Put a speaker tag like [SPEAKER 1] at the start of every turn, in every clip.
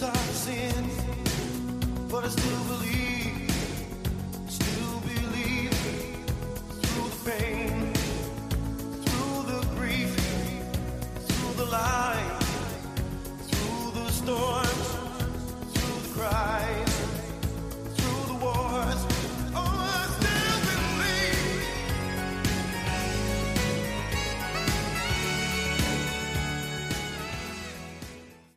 [SPEAKER 1] sin, but I still believe, still believe through the pain, through the grief, through the light, through the storms, through the cries, through the wars. Oh, I still believe.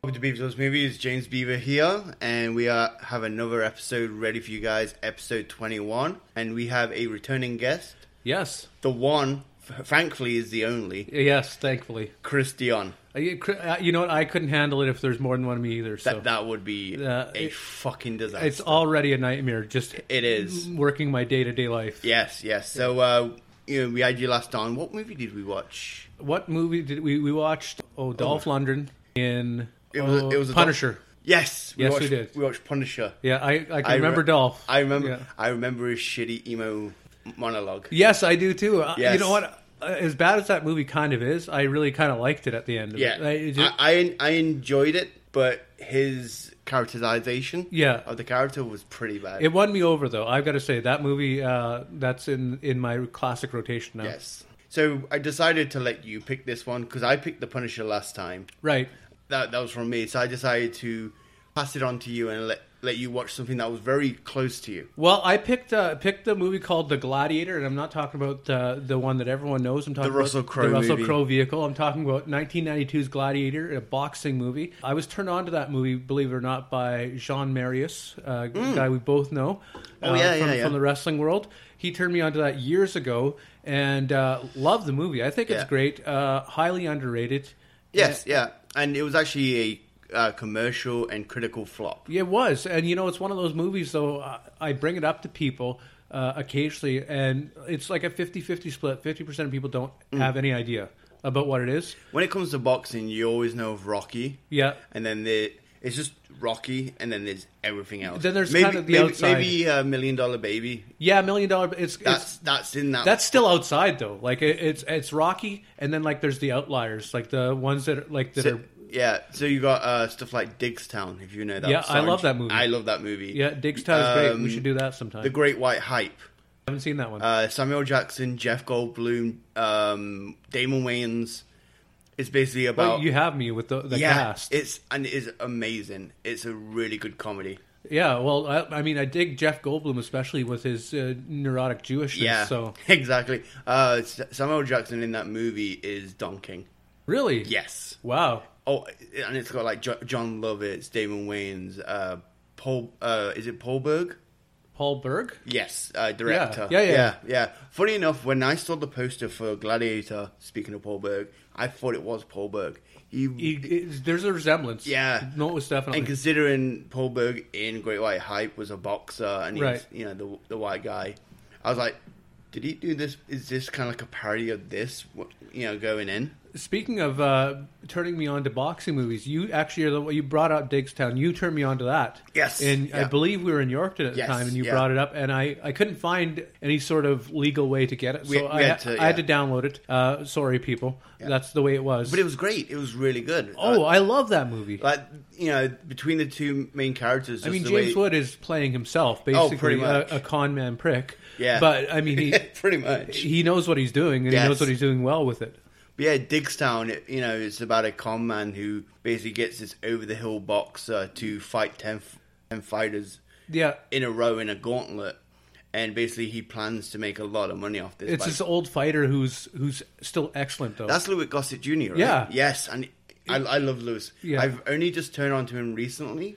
[SPEAKER 2] Welcome to Beavis Loves Movies. James Beaver here, and we are, have another episode ready for you guys, episode 21. And we have a returning guest.
[SPEAKER 3] Yes,
[SPEAKER 2] The one, f- frankly, is the only,
[SPEAKER 3] yes, thankfully.
[SPEAKER 2] Christian.
[SPEAKER 3] Uh, You cr- uh, you know what? I couldn't handle it if there's more than one of me either.
[SPEAKER 2] That
[SPEAKER 3] So
[SPEAKER 2] that would be
[SPEAKER 3] Uh,
[SPEAKER 2] a
[SPEAKER 3] it-
[SPEAKER 2] fucking disaster.
[SPEAKER 3] it's already a nightmare. Just
[SPEAKER 2] It is.
[SPEAKER 3] working my day to day life.
[SPEAKER 2] Yes, yes. So, uh, you know, we had you last on. What movie did we watch?
[SPEAKER 3] What movie did we we watched? Oh, Dolph Lundgren in
[SPEAKER 2] It was-
[SPEAKER 3] oh,
[SPEAKER 2] it was a Dol-
[SPEAKER 3] Punisher.
[SPEAKER 2] Yes,
[SPEAKER 3] Yes, we
[SPEAKER 2] watched,
[SPEAKER 3] did.
[SPEAKER 2] We watched Punisher.
[SPEAKER 3] yeah, I I, can
[SPEAKER 2] I re-
[SPEAKER 3] remember Dolph.
[SPEAKER 2] I remember.
[SPEAKER 3] Yeah.
[SPEAKER 2] I remember his shitty emo monologue.
[SPEAKER 3] Yes, I do too. Uh, You
[SPEAKER 2] Yes.
[SPEAKER 3] know what? Uh, As bad as that movie kind of is, I really kind of liked it at the end. Of
[SPEAKER 2] Yeah,
[SPEAKER 3] it. I, it ju-
[SPEAKER 2] I, I I enjoyed it, but his characterization
[SPEAKER 3] Yeah.
[SPEAKER 2] of the character was pretty bad.
[SPEAKER 3] it won me over though. I've got to say that movie. Uh, that's in in my classic rotation now.
[SPEAKER 2] yes. So I decided to let you pick this one because I picked the Punisher last time.
[SPEAKER 3] Right.
[SPEAKER 2] That that was from me. So I decided to pass it on to you and let let you watch something that was very close to you.
[SPEAKER 3] Well, I picked uh, picked the movie called The Gladiator, and I'm not talking about uh, the one that everyone knows. I'm talking
[SPEAKER 2] The Russell
[SPEAKER 3] about
[SPEAKER 2] Crowe
[SPEAKER 3] the Russell
[SPEAKER 2] movie.
[SPEAKER 3] Crowe vehicle. I'm talking about 1992's Gladiator, a boxing movie. I was turned on to that movie, believe it or not, by Jean Marius, uh, a guy we both know.
[SPEAKER 2] Mm. Oh,
[SPEAKER 3] uh,
[SPEAKER 2] yeah,
[SPEAKER 3] from,
[SPEAKER 2] yeah, yeah.
[SPEAKER 3] from the wrestling world. He turned me on to that years ago, and uh, love the movie. I think it's
[SPEAKER 2] Yeah.
[SPEAKER 3] great, uh, highly underrated.
[SPEAKER 2] Yes, yeah, and it was actually a uh, commercial and critical flop.
[SPEAKER 3] It was, and you know, it's one of those movies. Though I- I bring it up to people uh, occasionally, and it's like a 50-50 split. Fifty percent of people don't
[SPEAKER 2] Mm.
[SPEAKER 3] have any idea about what it is.
[SPEAKER 2] When it comes to boxing, you always know of Rocky.
[SPEAKER 3] Yeah.
[SPEAKER 2] and then the it's just Rocky, and then there's everything else.
[SPEAKER 3] Then there's kind of the
[SPEAKER 2] maybe,
[SPEAKER 3] outside.
[SPEAKER 2] Maybe uh, Million Dollar Baby.
[SPEAKER 3] Yeah, million dollar. It's
[SPEAKER 2] That's
[SPEAKER 3] it's
[SPEAKER 2] that's in that.
[SPEAKER 3] that's still outside though. Like it, it's it's Rocky, and then like there's the outliers, like the ones that are, like that
[SPEAKER 2] so,
[SPEAKER 3] are
[SPEAKER 2] yeah. So you got uh, stuff like Digstown, if you know that.
[SPEAKER 3] Yeah, I
[SPEAKER 2] song.
[SPEAKER 3] love that movie.
[SPEAKER 2] I love that movie.
[SPEAKER 3] yeah. Digstown's is great.
[SPEAKER 2] Um,
[SPEAKER 3] We should do that sometime.
[SPEAKER 2] The Great White Hype.
[SPEAKER 3] I haven't seen that one.
[SPEAKER 2] Uh, Samuel Jackson, Jeff Goldblum, um, Damon Wayans. It's basically about
[SPEAKER 3] Well, you have me with the, the
[SPEAKER 2] yeah.
[SPEAKER 3] cast.
[SPEAKER 2] It's and it is amazing. It's a really good comedy.
[SPEAKER 3] yeah, well, I, I mean, I dig Jeff Goldblum especially with his uh, neurotic Jewishness.
[SPEAKER 2] Yeah,
[SPEAKER 3] So
[SPEAKER 2] exactly. Uh, S- Samuel Jackson in that movie is Don King.
[SPEAKER 3] really,
[SPEAKER 2] Yes.
[SPEAKER 3] Wow.
[SPEAKER 2] Oh, and it's got like jo- John Lovitz, Damon Wayans, uh, Paul. Uh, is it Paul Berg?
[SPEAKER 3] Paul Berg?
[SPEAKER 2] Yes, uh, director.
[SPEAKER 3] Yeah, yeah,
[SPEAKER 2] yeah,
[SPEAKER 3] yeah.
[SPEAKER 2] yeah. Funny enough, when I saw the poster for Gladiator, speaking of Paul Berg, I thought it was Paul Berg. He,
[SPEAKER 3] He, it- there's a resemblance.
[SPEAKER 2] Yeah.
[SPEAKER 3] No, it's definitely.
[SPEAKER 2] and considering Paul Berg in Great White Hype was a boxer and he's
[SPEAKER 3] Right.
[SPEAKER 2] you know the the white guy, I was like, did he do this? Is this kind of like a parody of this? What, you know, going in.
[SPEAKER 3] Speaking of uh, turning me on to boxing movies, you actually are the you brought out Digstown. You turned me on to that.
[SPEAKER 2] Yes,
[SPEAKER 3] And I
[SPEAKER 2] yeah.
[SPEAKER 3] believe we were in Yorkton at the
[SPEAKER 2] Yes,
[SPEAKER 3] time, and you
[SPEAKER 2] yeah.
[SPEAKER 3] brought it up, and I, I couldn't find any sort of legal way to get it, so
[SPEAKER 2] We- we
[SPEAKER 3] I,
[SPEAKER 2] had to,
[SPEAKER 3] I had
[SPEAKER 2] yeah.
[SPEAKER 3] to download it. Uh, sorry, people. That's the way it was.
[SPEAKER 2] But it was great. It was really good.
[SPEAKER 3] oh,
[SPEAKER 2] Uh,
[SPEAKER 3] I love that movie.
[SPEAKER 2] like you know, between the two main characters.
[SPEAKER 3] I mean,
[SPEAKER 2] just the
[SPEAKER 3] James
[SPEAKER 2] way,
[SPEAKER 3] Wood is playing himself,
[SPEAKER 2] Oh,
[SPEAKER 3] basically
[SPEAKER 2] pretty much.
[SPEAKER 3] a, a con man prick.
[SPEAKER 2] Yeah.
[SPEAKER 3] But I mean, he
[SPEAKER 2] pretty much.
[SPEAKER 3] he knows what he's doing, and
[SPEAKER 2] Yes.
[SPEAKER 3] he knows what he's doing well with it.
[SPEAKER 2] But yeah, Digstown, it- you know, it's about a con man who basically gets this over the hill boxer to fight 10, f- 10 fighters
[SPEAKER 3] Yeah.
[SPEAKER 2] in a row in a gauntlet. And basically, he plans to make a lot of money off this.
[SPEAKER 3] It's
[SPEAKER 2] by-
[SPEAKER 3] this old fighter who's who's still excellent though.
[SPEAKER 2] That's Louis Gossett Jr., right?
[SPEAKER 3] Yeah.
[SPEAKER 2] Yes, and I, I love Louis.
[SPEAKER 3] Yeah.
[SPEAKER 2] I've only just turned on to him recently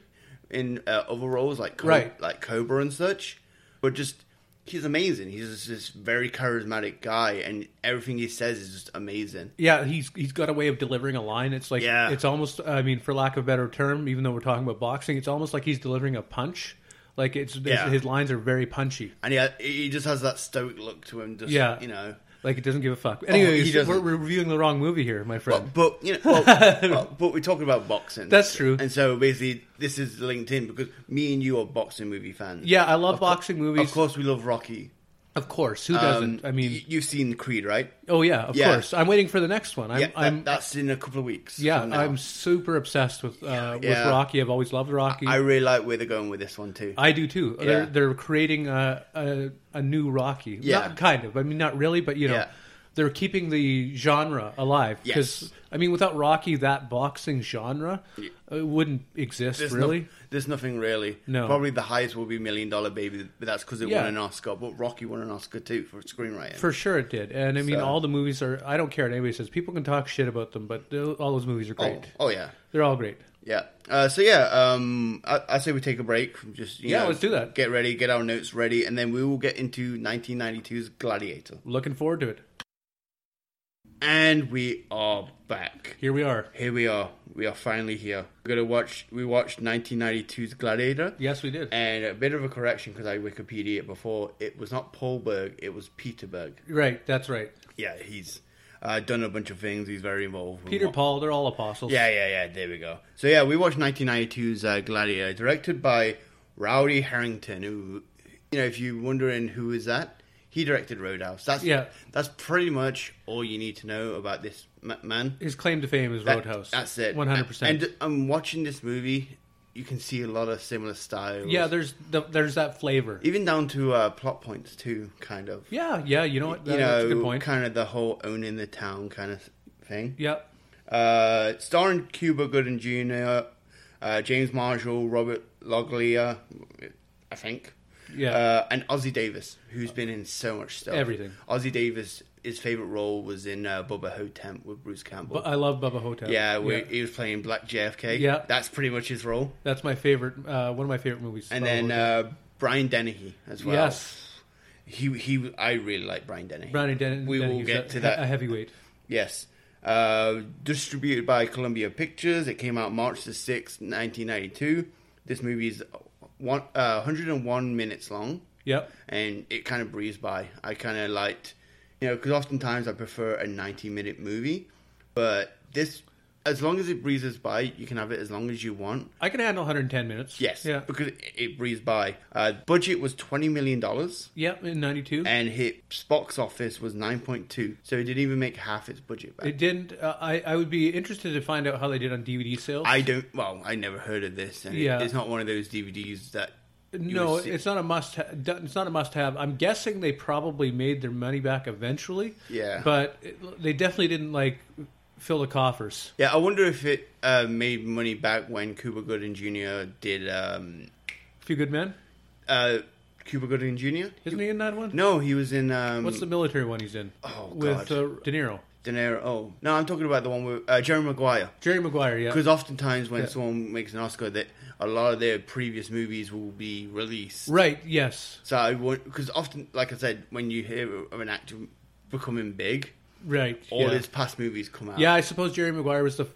[SPEAKER 2] in uh, other roles like Co-
[SPEAKER 3] Right.
[SPEAKER 2] like Cobra and such. But just, he's amazing. He's just this very charismatic guy, and everything he says is just amazing.
[SPEAKER 3] yeah, he's he's got a way of delivering a line. It's like
[SPEAKER 2] Yeah.
[SPEAKER 3] it's almost I mean, for lack of a better term, even though we're talking about boxing, it's almost like he's delivering a punch. Like it's
[SPEAKER 2] Yeah.
[SPEAKER 3] his lines are very punchy.
[SPEAKER 2] And he, he just has that stoic look to him, just,
[SPEAKER 3] Yeah.
[SPEAKER 2] you know.
[SPEAKER 3] Like it doesn't give a fuck.
[SPEAKER 2] Oh, he
[SPEAKER 3] Anyway, we're,
[SPEAKER 2] doesn't.
[SPEAKER 3] we're reviewing the wrong movie here, my friend.
[SPEAKER 2] But, but you know, well, well, but we're talking about boxing.
[SPEAKER 3] That's true.
[SPEAKER 2] And so basically, this is LinkedIn because me and you are boxing movie fans.
[SPEAKER 3] yeah, I love
[SPEAKER 2] Of cour-
[SPEAKER 3] boxing movies.
[SPEAKER 2] Of course, we love Rocky.
[SPEAKER 3] Of course, who
[SPEAKER 2] Um,
[SPEAKER 3] doesn't? I mean,
[SPEAKER 2] y- you've seen Creed, right?
[SPEAKER 3] oh yeah, of
[SPEAKER 2] yeah.
[SPEAKER 3] course. I'm waiting for the next one. I'm,
[SPEAKER 2] yeah, that-
[SPEAKER 3] I'm
[SPEAKER 2] that's in a couple of weeks.
[SPEAKER 3] yeah,
[SPEAKER 2] from now.
[SPEAKER 3] I'm super obsessed with uh,
[SPEAKER 2] Yeah.
[SPEAKER 3] with Rocky. I've always loved Rocky.
[SPEAKER 2] I really like where they're going with this one too.
[SPEAKER 3] I do too.
[SPEAKER 2] Yeah.
[SPEAKER 3] They're they're creating a a, a new Rocky.
[SPEAKER 2] Yeah.
[SPEAKER 3] Not kind of. I mean, not really, but you know,
[SPEAKER 2] Yeah.
[SPEAKER 3] they're keeping the genre alive.
[SPEAKER 2] Yes.
[SPEAKER 3] I mean, without Rocky, that boxing genre uh wouldn't exist
[SPEAKER 2] There's
[SPEAKER 3] really.
[SPEAKER 2] no- there's nothing really.
[SPEAKER 3] No.
[SPEAKER 2] Probably the highest will be Million Dollar Baby, but that's because it won
[SPEAKER 3] Yeah.
[SPEAKER 2] an Oscar. But Rocky won an Oscar too for screenwriting.
[SPEAKER 3] For sure, it did. And I mean,
[SPEAKER 2] So-
[SPEAKER 3] all the movies are. I don't care what anybody says. People can talk shit about them, but they're- all those movies are
[SPEAKER 2] oh,
[SPEAKER 3] great.
[SPEAKER 2] oh yeah,
[SPEAKER 3] They're all great.
[SPEAKER 2] yeah. Uh, so yeah, um, I, I say we take a break. Just you
[SPEAKER 3] Yeah,
[SPEAKER 2] know,
[SPEAKER 3] let's do that.
[SPEAKER 2] Get ready, get our notes ready, and then we will get into 1992's Gladiator.
[SPEAKER 3] Looking forward to it.
[SPEAKER 2] And we are back.
[SPEAKER 3] Here we are.
[SPEAKER 2] Here we are. We are finally here. We're gonna watch. We watched 1992's Gladiator.
[SPEAKER 3] Yes, we did.
[SPEAKER 2] And a bit of a correction because I Wikipedia it before. It was not Paul Berg. It was Peter Berg.
[SPEAKER 3] right. That's right.
[SPEAKER 2] Yeah, he's uh, done a bunch of things. He's very involved. with
[SPEAKER 3] Peter
[SPEAKER 2] what-
[SPEAKER 3] Paul. They're all apostles.
[SPEAKER 2] Yeah, yeah, yeah. There we go. So yeah, we watched 1992's uh, Gladiator, directed by Rowdy Harrington. Who, you know, if you're wondering who is that, he directed Roadhouse. That's
[SPEAKER 3] Yeah.
[SPEAKER 2] That's pretty much all you need to know about this ma- man.
[SPEAKER 3] His claim to fame is
[SPEAKER 2] That-
[SPEAKER 3] Roadhouse.
[SPEAKER 2] That's it.
[SPEAKER 3] One hundred percent.
[SPEAKER 2] And I'm watching this movie. You can see a lot of similar styles.
[SPEAKER 3] Yeah, there's the, there's that flavor.
[SPEAKER 2] even down to uh, plot points too, kind of.
[SPEAKER 3] Yeah, yeah, you know what?
[SPEAKER 2] you
[SPEAKER 3] that's
[SPEAKER 2] know,
[SPEAKER 3] a good point.
[SPEAKER 2] kind of the whole owning the town kind of thing.
[SPEAKER 3] yeah,
[SPEAKER 2] Uh, starring Cuba Gooding Jr., uh, James Marshall, Robert Loglia, I think.
[SPEAKER 3] Yeah.
[SPEAKER 2] Uh, and Ozzy Davis, who's been in so much stuff.
[SPEAKER 3] Everything.
[SPEAKER 2] Ozzy Davis, his favorite role was in uh, Bubba Ho-Temp with Bruce Campbell.
[SPEAKER 3] but I love Bubba Hotel.
[SPEAKER 2] yeah, where he was playing Black JFK.
[SPEAKER 3] Yeah.
[SPEAKER 2] That's pretty much his role.
[SPEAKER 3] that's my favorite. Uh, one of my favorite movies.
[SPEAKER 2] And
[SPEAKER 3] Bubba
[SPEAKER 2] then
[SPEAKER 3] Hotel.
[SPEAKER 2] uh, Brian Dennehy as well.
[SPEAKER 3] yes,
[SPEAKER 2] He, he, I really like Brian Dennehy.
[SPEAKER 3] Brownie Den-
[SPEAKER 2] We will
[SPEAKER 3] Dennehy's
[SPEAKER 2] get
[SPEAKER 3] a-
[SPEAKER 2] to that.
[SPEAKER 3] A heavyweight.
[SPEAKER 2] Yes. Uh, distributed by Columbia Pictures. It came out March the 6th, 1992. This movie is one, uh, 101 minutes long.
[SPEAKER 3] Yep.
[SPEAKER 2] And it kind of breezed by. I kind of liked, you know, because oftentimes I prefer a 90 minute movie. But this, as long as it breezes by, you can have it as long as you want.
[SPEAKER 3] I can handle 110 minutes.
[SPEAKER 2] Yes.
[SPEAKER 3] Yeah.
[SPEAKER 2] Because it, it breezed by. Uh, budget was $20 million.
[SPEAKER 3] Yep. In '92,
[SPEAKER 2] And its box office was 9.2. So it didn't even make half its budget back.
[SPEAKER 3] it didn't. Uh, I I would be interested to find out how they did on DVD sales.
[SPEAKER 2] I don't. Well, I never heard of this, and it-
[SPEAKER 3] Yeah.
[SPEAKER 2] it's not one of those DVDs that. you
[SPEAKER 3] no,
[SPEAKER 2] would see-
[SPEAKER 3] it's not a must. Ha- it's not a must have. I'm guessing they probably made their money back eventually.
[SPEAKER 2] Yeah.
[SPEAKER 3] But it, they definitely didn't like fill the coffers.
[SPEAKER 2] Yeah, I wonder if it uh, made money back when Cuba Gooding Jr. did. Um,
[SPEAKER 3] A few good men.
[SPEAKER 2] uh, Cuba Gooding Jr.
[SPEAKER 3] Isn't he in that one?
[SPEAKER 2] No, he was in. Um,
[SPEAKER 3] What's the military one he's in?
[SPEAKER 2] Oh,
[SPEAKER 3] with
[SPEAKER 2] God.
[SPEAKER 3] Uh, De Niro,
[SPEAKER 2] De Niro? Oh no, I'm talking about the one with uh, Jerry Maguire.
[SPEAKER 3] Jerry Maguire. Yeah,
[SPEAKER 2] Because oftentimes when
[SPEAKER 3] Yeah.
[SPEAKER 2] someone makes an Oscar, that a lot of their previous movies will be released.
[SPEAKER 3] right. Yes,
[SPEAKER 2] So I want because often, like I said, when you hear of an actor becoming big,
[SPEAKER 3] right.
[SPEAKER 2] all
[SPEAKER 3] yeah.
[SPEAKER 2] his past movies come out.
[SPEAKER 3] yeah, I suppose Jerry Maguire was the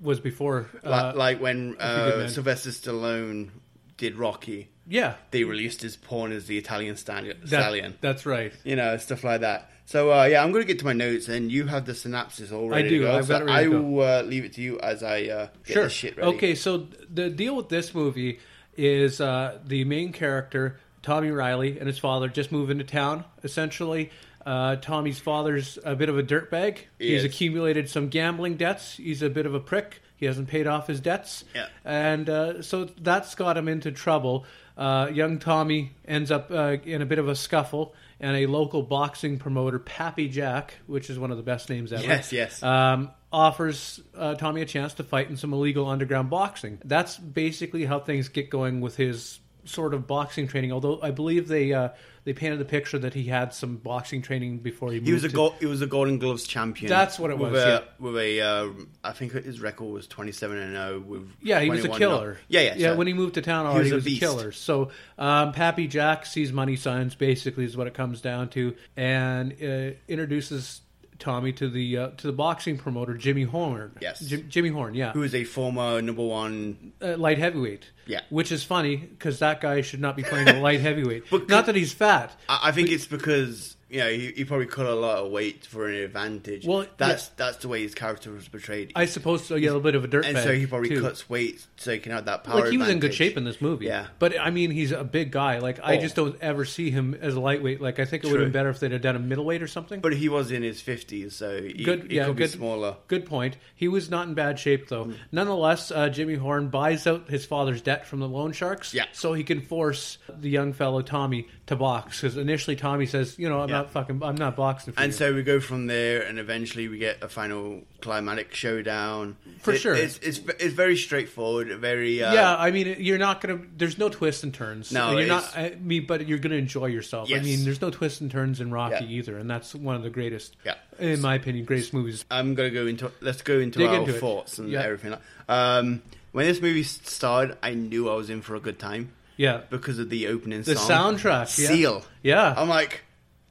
[SPEAKER 3] was before. Uh,
[SPEAKER 2] like, like when
[SPEAKER 3] good
[SPEAKER 2] uh,
[SPEAKER 3] man.
[SPEAKER 2] Sylvester Stallone did Rocky,
[SPEAKER 3] yeah,
[SPEAKER 2] they released his porn as the Italian stallion.
[SPEAKER 3] that-
[SPEAKER 2] stallion.
[SPEAKER 3] That's right.
[SPEAKER 2] You know, stuff like that. So uh, yeah, I'm going to get to my notes, and you have the synopsis all ready.
[SPEAKER 3] do.
[SPEAKER 2] To go,
[SPEAKER 3] I've
[SPEAKER 2] so
[SPEAKER 3] got it
[SPEAKER 2] I
[SPEAKER 3] ready to go.
[SPEAKER 2] will uh, leave it to you as I uh, get
[SPEAKER 3] sure.
[SPEAKER 2] this shit ready.
[SPEAKER 3] Okay, so the deal with this movie is uh, the main character Tommy Riley and his father just move into town. Essentially, uh, Tommy's father's a bit of a dirtbag.
[SPEAKER 2] Yes.
[SPEAKER 3] He's accumulated some gambling debts. He's a bit of a prick. He hasn't paid off his debts.
[SPEAKER 2] Yeah.
[SPEAKER 3] and uh, so that's got him into trouble. Uh, young Tommy ends up uh, in a bit of a scuffle, and a local boxing promoter, Pappy Jack, which is one of the best names ever.
[SPEAKER 2] Yes, yes.
[SPEAKER 3] Um, offers uh, Tommy a chance to fight in some illegal underground boxing. That's basically how things get going with his sort of boxing training. Although I believe they uh, they painted the picture that he had some boxing training before he moved.
[SPEAKER 2] He was a
[SPEAKER 3] to-
[SPEAKER 2] gold, he was a Golden Gloves champion.
[SPEAKER 3] That's what it
[SPEAKER 2] with
[SPEAKER 3] was,
[SPEAKER 2] A,
[SPEAKER 3] yeah.
[SPEAKER 2] With a, uh, I think his record was 27 and 0. With
[SPEAKER 3] Yeah, he was a
[SPEAKER 2] 21
[SPEAKER 3] killer.
[SPEAKER 2] Yeah, yeah,
[SPEAKER 3] yeah.
[SPEAKER 2] so-
[SPEAKER 3] When he moved to town
[SPEAKER 2] was a
[SPEAKER 3] already, he was, a,
[SPEAKER 2] beast.
[SPEAKER 3] killer. So um, Pappy Jack sees money signs, basically, is what it comes down to, and uh, introduces Tommy to the uh, to the boxing promoter Jimmy Horn.
[SPEAKER 2] Yes.
[SPEAKER 3] Jim, Jimmy Horn. Yeah,
[SPEAKER 2] who is a former number one.
[SPEAKER 3] uh, light heavyweight.
[SPEAKER 2] Yeah.
[SPEAKER 3] which is funny because that guy should not be playing a light heavyweight. not that he's fat.
[SPEAKER 2] I, I think it's because you know, he, he probably cut a lot of weight for an advantage.
[SPEAKER 3] Well,
[SPEAKER 2] that's
[SPEAKER 3] yeah.
[SPEAKER 2] that's the way his character was portrayed.
[SPEAKER 3] I suppose so. Yeah, a little bit of a dirt.
[SPEAKER 2] and so he probably cuts weight so he can have that power.
[SPEAKER 3] Like he was in good
[SPEAKER 2] advantage.
[SPEAKER 3] shape in this movie.
[SPEAKER 2] Yeah.
[SPEAKER 3] but I mean, he's a big guy. Like I
[SPEAKER 2] Oh.
[SPEAKER 3] just don't ever see him as a lightweight. Like I think it would
[SPEAKER 2] True.
[SPEAKER 3] have been better if they'd have done a middleweight or something.
[SPEAKER 2] but he was in his fifties, so he,
[SPEAKER 3] good,
[SPEAKER 2] he
[SPEAKER 3] yeah,
[SPEAKER 2] could
[SPEAKER 3] good,
[SPEAKER 2] be smaller. Mm.
[SPEAKER 3] Good point. He was not in bad shape though. Nonetheless, uh, Jimmy Horn buys out his father's debt from the loan sharks,
[SPEAKER 2] Yeah.
[SPEAKER 3] so he can force the young fellow Tommy to box. Because initially, Tommy says, "You know, I'm
[SPEAKER 2] Yeah.
[SPEAKER 3] not fucking, I'm not boxing." For
[SPEAKER 2] And
[SPEAKER 3] you."
[SPEAKER 2] so we go from there, and eventually we get a final climatic showdown.
[SPEAKER 3] For
[SPEAKER 2] It-
[SPEAKER 3] sure.
[SPEAKER 2] it's, it's it's very straightforward, very uh,
[SPEAKER 3] yeah, I mean, you're not gonna. There's no twists and turns.
[SPEAKER 2] No,
[SPEAKER 3] you're
[SPEAKER 2] it's-
[SPEAKER 3] not. I mean, but you're gonna enjoy yourself. I
[SPEAKER 2] Yes.
[SPEAKER 3] mean, there's no twists and turns in Rocky
[SPEAKER 2] Yeah.
[SPEAKER 3] either, and that's one of the greatest.
[SPEAKER 2] Yeah.
[SPEAKER 3] in my opinion, greatest movies.
[SPEAKER 2] I'm gonna go into. Let's go into
[SPEAKER 3] Dig
[SPEAKER 2] our
[SPEAKER 3] into it.
[SPEAKER 2] thoughts and
[SPEAKER 3] Yeah.
[SPEAKER 2] everything. Um, when this movie s- started, I knew I was in for a good time
[SPEAKER 3] Yeah,
[SPEAKER 2] because of the opening.
[SPEAKER 3] The
[SPEAKER 2] song,
[SPEAKER 3] soundtrack, yeah.
[SPEAKER 2] Seal.
[SPEAKER 3] yeah,
[SPEAKER 2] I'm like,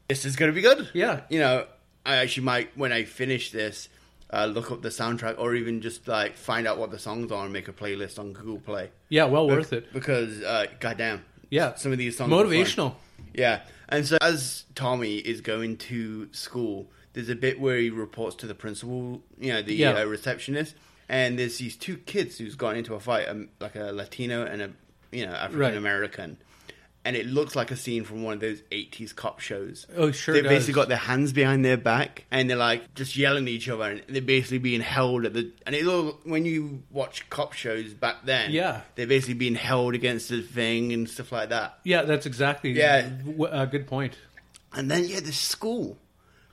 [SPEAKER 2] this is gonna be good.
[SPEAKER 3] Yeah.
[SPEAKER 2] you know, I actually might when I finish this, uh, look up the soundtrack or even just like find out what the songs are and make a playlist on Google Play.
[SPEAKER 3] yeah. Well worth it.
[SPEAKER 2] because uh, goddamn,
[SPEAKER 3] Yeah.
[SPEAKER 2] some of these songs are fun.
[SPEAKER 3] Motivational.
[SPEAKER 2] Yeah, and so as Tommy is going to school, there's a bit where he reports to the principal, you know, the
[SPEAKER 3] Yeah.
[SPEAKER 2] uh, receptionist, and there's these two kids who's gotten into a fight, um, like a Latino and a you know African American, and it looks like a scene from one of those '80s cop shows.
[SPEAKER 3] Oh, sure
[SPEAKER 2] They
[SPEAKER 3] does.
[SPEAKER 2] basically got their hands behind their back and they're like just yelling at each other, and they're basically being held at the. And it's all when you watch cop shows back then,
[SPEAKER 3] Yeah.
[SPEAKER 2] they're basically being held against the thing and stuff like that.
[SPEAKER 3] Yeah, that's exactly.
[SPEAKER 2] Yeah.
[SPEAKER 3] w- uh, good point.
[SPEAKER 2] And then yeah, the school.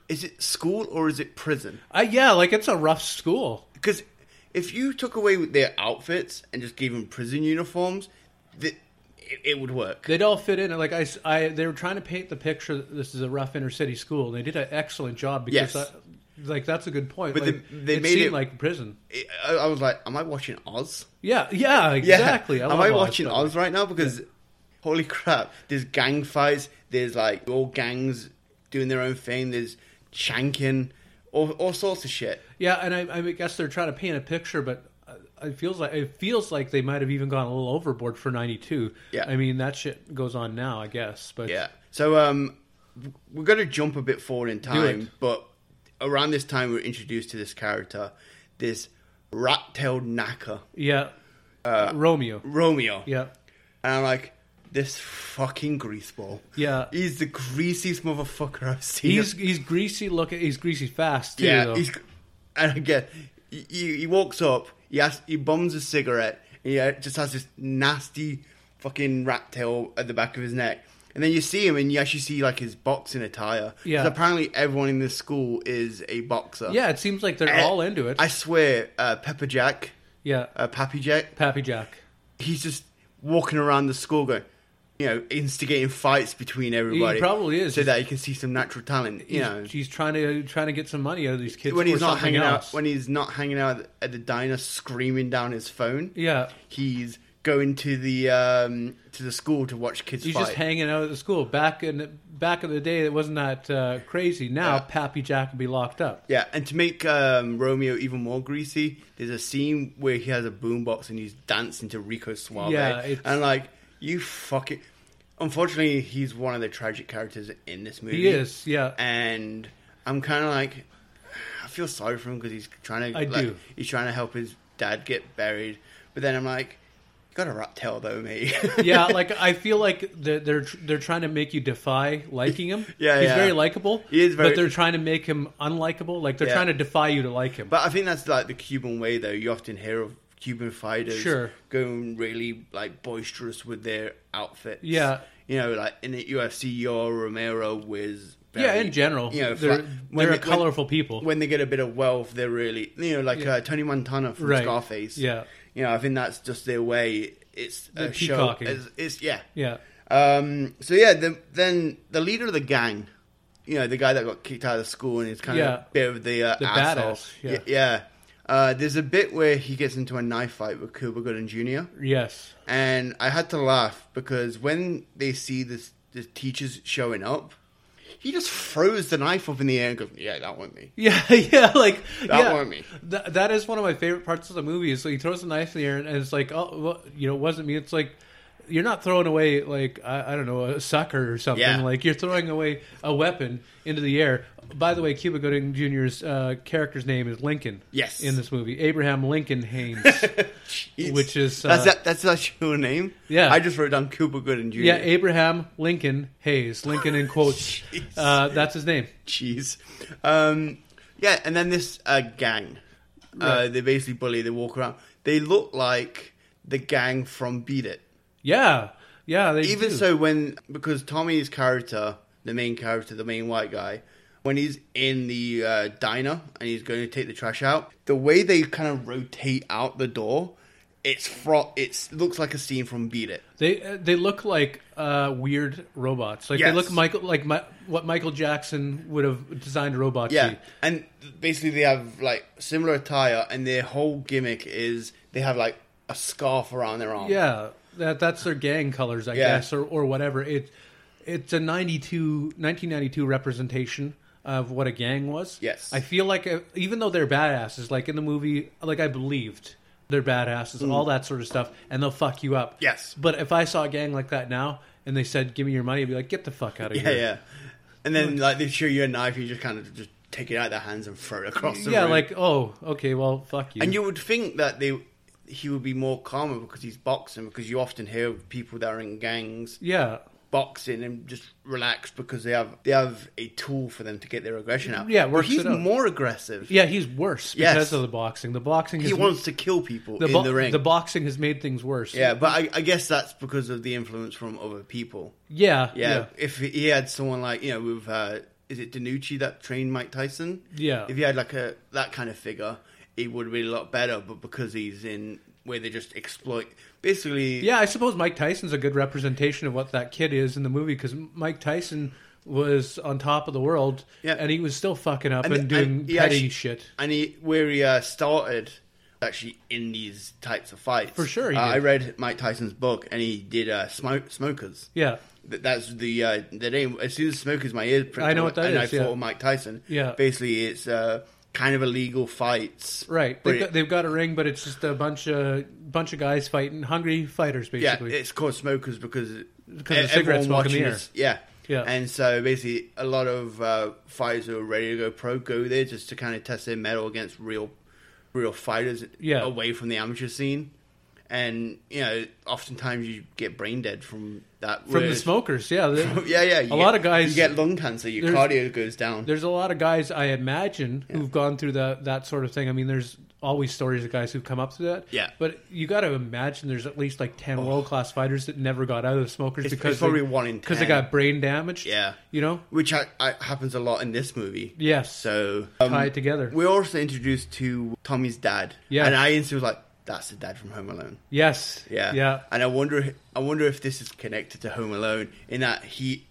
[SPEAKER 2] Is it school or is it prison?
[SPEAKER 3] Uh, yeah, like it's a rough school.
[SPEAKER 2] Because if you took away their outfits and just gave them prison uniforms, th it, it would work.
[SPEAKER 3] They'd all fit in. Like I, s- I- they were trying to paint the picture that this is a rough inner city school, and they did an excellent job
[SPEAKER 2] Yes.
[SPEAKER 3] because, that, like, that's a good point.
[SPEAKER 2] But
[SPEAKER 3] like,
[SPEAKER 2] they- they
[SPEAKER 3] it
[SPEAKER 2] made
[SPEAKER 3] seemed
[SPEAKER 2] it-
[SPEAKER 3] like prison.
[SPEAKER 2] It- I, I was like, am I watching Oz?
[SPEAKER 3] Yeah, yeah, exactly.
[SPEAKER 2] Am
[SPEAKER 3] love
[SPEAKER 2] I
[SPEAKER 3] Oz,
[SPEAKER 2] watching
[SPEAKER 3] by the way.
[SPEAKER 2] Oz right now? Because holy crap, there's gang fights. There's like all gangs doing their own thing. There's shanking, all all sorts of shit.
[SPEAKER 3] Yeah, and I, I guess they're trying to paint a picture, but uh, it feels like it feels like they might have even gone a little overboard for '92.
[SPEAKER 2] Yeah.
[SPEAKER 3] I mean that shit goes on now, I guess. But
[SPEAKER 2] Yeah. So um, we're going to jump a bit forward in
[SPEAKER 3] it.
[SPEAKER 2] time, but around this time we're introduced to this character, this rat-tailed knacker,
[SPEAKER 3] yeah,
[SPEAKER 2] Uh,
[SPEAKER 3] Romeo.
[SPEAKER 2] Romeo.
[SPEAKER 3] Yeah,
[SPEAKER 2] And I'm like, this fucking greaseball.
[SPEAKER 3] Yeah.
[SPEAKER 2] He's the greasiest motherfucker I've seen.
[SPEAKER 3] he's he's greasy looking. He's greasy fast too.
[SPEAKER 2] yeah.
[SPEAKER 3] though.
[SPEAKER 2] He's and again, he, he he walks up. He has, he bums a cigarette. And he uh, just has this nasty fucking rat tail at the back of his neck. And then you see him, and you actually see like his boxing attire. 'Cause
[SPEAKER 3] Yeah.
[SPEAKER 2] apparently, everyone in this school is a boxer.
[SPEAKER 3] yeah, it seems like they're
[SPEAKER 2] And
[SPEAKER 3] all into it.
[SPEAKER 2] I swear, uh, Pepper Jack,
[SPEAKER 3] yeah,
[SPEAKER 2] uh, Pappy Jack,
[SPEAKER 3] Pappy Jack.
[SPEAKER 2] he's just walking around the school going, you know, instigating fights between everybody.
[SPEAKER 3] probably is.
[SPEAKER 2] So that you can see some natural talent, you
[SPEAKER 3] He's,
[SPEAKER 2] know.
[SPEAKER 3] he's trying to trying to get some money out of these kids
[SPEAKER 2] When he's
[SPEAKER 3] for
[SPEAKER 2] not
[SPEAKER 3] something
[SPEAKER 2] hanging
[SPEAKER 3] else.
[SPEAKER 2] out, when he's not hanging out at the diner screaming down his phone,
[SPEAKER 3] yeah,
[SPEAKER 2] he's going to the um, to the school to watch kids
[SPEAKER 3] he's
[SPEAKER 2] fight.
[SPEAKER 3] just hanging out at the school. Back in the, back in the day, it wasn't that uh, crazy. Now
[SPEAKER 2] Yeah.
[SPEAKER 3] Pappy Jack would be locked up.
[SPEAKER 2] yeah, and to make um, Romeo even more greasy, there's a scene where he has a boombox and he's dancing to Rico Suave.
[SPEAKER 3] Yeah, it's-
[SPEAKER 2] and like you fucking. Unfortunately, he's one of the tragic characters in this movie.
[SPEAKER 3] He is, yeah.
[SPEAKER 2] and I'm kind of like, I feel sorry for him because he's trying to.
[SPEAKER 3] I
[SPEAKER 2] like,
[SPEAKER 3] do.
[SPEAKER 2] He's trying to help his dad get buried, but then I'm like, you got a rat tail though, mate.
[SPEAKER 3] yeah, like I feel like they're they're, tr- they're trying to make you defy liking him.
[SPEAKER 2] Yeah,
[SPEAKER 3] he's
[SPEAKER 2] yeah.
[SPEAKER 3] very likable.
[SPEAKER 2] He is very-
[SPEAKER 3] but they're trying to make him unlikable. Like they're
[SPEAKER 2] Yeah.
[SPEAKER 3] trying to defy you to like him.
[SPEAKER 2] But I think that's like the Cuban way, though. You often hear of Cuban fighters
[SPEAKER 3] Sure.
[SPEAKER 2] going really like boisterous with their outfits.
[SPEAKER 3] Yeah.
[SPEAKER 2] you know, like in the UFC, your Romero was. Very,
[SPEAKER 3] yeah, in general,
[SPEAKER 2] you know,
[SPEAKER 3] they're
[SPEAKER 2] flat-
[SPEAKER 3] they're
[SPEAKER 2] they-
[SPEAKER 3] a colorful people.
[SPEAKER 2] When they get a bit of wealth, they're really you know like uh, Tony Montana from
[SPEAKER 3] Right.
[SPEAKER 2] Scarface.
[SPEAKER 3] Yeah.
[SPEAKER 2] you know, I think that's just their way. It's
[SPEAKER 3] The
[SPEAKER 2] a show.
[SPEAKER 3] peacocking.
[SPEAKER 2] It's, it's yeah,
[SPEAKER 3] yeah,
[SPEAKER 2] Um, so yeah, the, then the leader of the gang, you know, the guy that got kicked out of school and is kind
[SPEAKER 3] Yeah.
[SPEAKER 2] of a bit of the, uh,
[SPEAKER 3] The
[SPEAKER 2] asshole.
[SPEAKER 3] badass, yeah.
[SPEAKER 2] Y- yeah. Uh, there's a bit where he gets into a knife fight with Cuba Gooding Jr.
[SPEAKER 3] yes,
[SPEAKER 2] and I had to laugh because when they see this the teachers showing up, he just throws the knife up in the air and goes, "Yeah, that won't me."
[SPEAKER 3] yeah, yeah. Like
[SPEAKER 2] That
[SPEAKER 3] yeah.
[SPEAKER 2] won me.
[SPEAKER 3] Th- that is one of my favorite parts of the movie. Is like, he throws a knife in the air and, and it's like, oh, well, you know, it wasn't me. It's like you're not throwing away like I, I don't know a sucker or something.
[SPEAKER 2] Yeah.
[SPEAKER 3] Like you're throwing away a weapon into the air. By the way, Cuba Gooding Jr.'s uh, character's name is Lincoln.
[SPEAKER 2] Yes.
[SPEAKER 3] in this movie, Abraham Lincoln Haynes.
[SPEAKER 2] Jeez.
[SPEAKER 3] Which is, uh,
[SPEAKER 2] that's that, that's that's your name.
[SPEAKER 3] Yeah.
[SPEAKER 2] I just wrote down Cooper Good and Jr.
[SPEAKER 3] yeah, Abraham Lincoln Hayes. Lincoln in quotes.
[SPEAKER 2] Jeez.
[SPEAKER 3] uh, that's his name.
[SPEAKER 2] Jeez. Um, yeah, and then this uh, gang. Uh, they basically bully. They walk around. They look like the gang from Beat It.
[SPEAKER 3] Yeah, yeah. They
[SPEAKER 2] Even
[SPEAKER 3] do.
[SPEAKER 2] so, when because Tommy's character, the main character, the main white guy, when he's in the uh, diner and he's going to take the trash out, the way they kind of rotate out the door, it's fro- it's looks like a scene from Beat It.
[SPEAKER 3] They uh, they look like uh, weird robots. Like
[SPEAKER 2] Yes.
[SPEAKER 3] they look Michael like my, what Michael Jackson would have designed a robot to
[SPEAKER 2] Yeah,
[SPEAKER 3] be.
[SPEAKER 2] and basically they have like similar attire, and their whole gimmick is they have like a scarf around their arm.
[SPEAKER 3] Yeah, that that's their gang colors, I
[SPEAKER 2] Yeah.
[SPEAKER 3] guess, or or whatever. It it's a 92, 1992 representation of what a gang was.
[SPEAKER 2] Yes.
[SPEAKER 3] I feel like uh, even though they're badasses, like in the movie, like I believed they're badasses and all that sort of stuff, and they'll fuck you up.
[SPEAKER 2] Mm. Yes.
[SPEAKER 3] but if I saw a gang like that now and they said, "Give me your money," I'd be like, "Get the fuck out of
[SPEAKER 2] yeah,
[SPEAKER 3] here."
[SPEAKER 2] yeah. And then like they show you a knife, you just kind of just take it out of their hands and throw it across the
[SPEAKER 3] yeah,
[SPEAKER 2] room.
[SPEAKER 3] like oh, okay, well, fuck you.
[SPEAKER 2] And you would think that they he would be more calmer because he's boxing because you often hear of people that are in gangs
[SPEAKER 3] yeah,
[SPEAKER 2] boxing and just relax because they have they have a tool for them to get their aggression out.
[SPEAKER 3] Yeah,
[SPEAKER 2] But
[SPEAKER 3] works
[SPEAKER 2] he's
[SPEAKER 3] it out.
[SPEAKER 2] more aggressive.
[SPEAKER 3] yeah, he's worse
[SPEAKER 2] Yes.
[SPEAKER 3] because of the boxing. The boxing
[SPEAKER 2] He
[SPEAKER 3] has-
[SPEAKER 2] wants to kill people
[SPEAKER 3] the,
[SPEAKER 2] in
[SPEAKER 3] bo-
[SPEAKER 2] the ring.
[SPEAKER 3] the boxing has made things worse.
[SPEAKER 2] yeah, but I, I guess that's because of the influence from other people.
[SPEAKER 3] yeah,
[SPEAKER 2] Yeah,
[SPEAKER 3] yeah.
[SPEAKER 2] if he had someone like you know with uh, is it Danucci that trained Mike Tyson?
[SPEAKER 3] Yeah.
[SPEAKER 2] if he had like a that kind of figure, it would have been a lot better. But because he's in where they just exploit basically,
[SPEAKER 3] Yeah, I suppose Mike Tyson's a good representation of what that kid is in the movie because Mike Tyson was on top of the world,
[SPEAKER 2] Yeah.
[SPEAKER 3] and he was still fucking up and,
[SPEAKER 2] and-
[SPEAKER 3] doing
[SPEAKER 2] and he
[SPEAKER 3] petty
[SPEAKER 2] actually-
[SPEAKER 3] shit.
[SPEAKER 2] and he where he uh, started actually in these types of fights
[SPEAKER 3] For sure he
[SPEAKER 2] Uh,
[SPEAKER 3] did.
[SPEAKER 2] I read Mike Tyson's book, and he did uh, smoke smokers.
[SPEAKER 3] Yeah,
[SPEAKER 2] Th- That's the uh, the name. As soon as smokers, my ears. pricked
[SPEAKER 3] I know
[SPEAKER 2] up,
[SPEAKER 3] what that
[SPEAKER 2] and
[SPEAKER 3] is,
[SPEAKER 2] I
[SPEAKER 3] yeah.
[SPEAKER 2] thought of Mike Tyson.
[SPEAKER 3] Yeah.
[SPEAKER 2] basically, it's uh, kind of illegal fights.
[SPEAKER 3] right.
[SPEAKER 2] but
[SPEAKER 3] They've
[SPEAKER 2] it-
[SPEAKER 3] got, they've got a ring, but it's just a bunch of bunch of guys fighting, hungry fighters, basically.
[SPEAKER 2] Yeah, it's called smokers because e-,
[SPEAKER 3] Because of cigarette
[SPEAKER 2] everyone
[SPEAKER 3] smoke in the
[SPEAKER 2] watching
[SPEAKER 3] air.
[SPEAKER 2] is- Yeah.
[SPEAKER 3] Yeah.
[SPEAKER 2] And so basically, a lot of uh, fighters who are ready to go pro go there just to kind of test their metal against real, real fighters
[SPEAKER 3] Yeah.
[SPEAKER 2] away from the amateur scene. And you know, oftentimes you get brain dead from that.
[SPEAKER 3] From the
[SPEAKER 2] whereas-
[SPEAKER 3] smokers, yeah. they-
[SPEAKER 2] Yeah, yeah. you
[SPEAKER 3] A lot of guys-
[SPEAKER 2] you get lung cancer. Your
[SPEAKER 3] there's-
[SPEAKER 2] cardio goes down.
[SPEAKER 3] there's a lot of guys I imagine who've gone through that that sort of thing. I mean, there's always stories of guys who've come up through that.
[SPEAKER 2] Yeah. Oh.
[SPEAKER 3] But you got to imagine there's at least like ten world class fighters that never got out of the smokers
[SPEAKER 2] It's-
[SPEAKER 3] because
[SPEAKER 2] it's probably
[SPEAKER 3] they,
[SPEAKER 2] one in
[SPEAKER 3] because they
[SPEAKER 2] 10.
[SPEAKER 3] got brain damage.
[SPEAKER 2] Yeah.
[SPEAKER 3] You know.
[SPEAKER 2] which I, I, happens a lot in this movie.
[SPEAKER 3] Yes.
[SPEAKER 2] So um,
[SPEAKER 3] Tie it together.
[SPEAKER 2] We're also introduced to Tommy's dad.
[SPEAKER 3] Yeah.
[SPEAKER 2] And I instantly was like, "That's the dad from Home Alone."
[SPEAKER 3] Yes.
[SPEAKER 2] Yeah.
[SPEAKER 3] Yeah.
[SPEAKER 2] And I wonder, I wonder if this is connected to Home Alone in that he,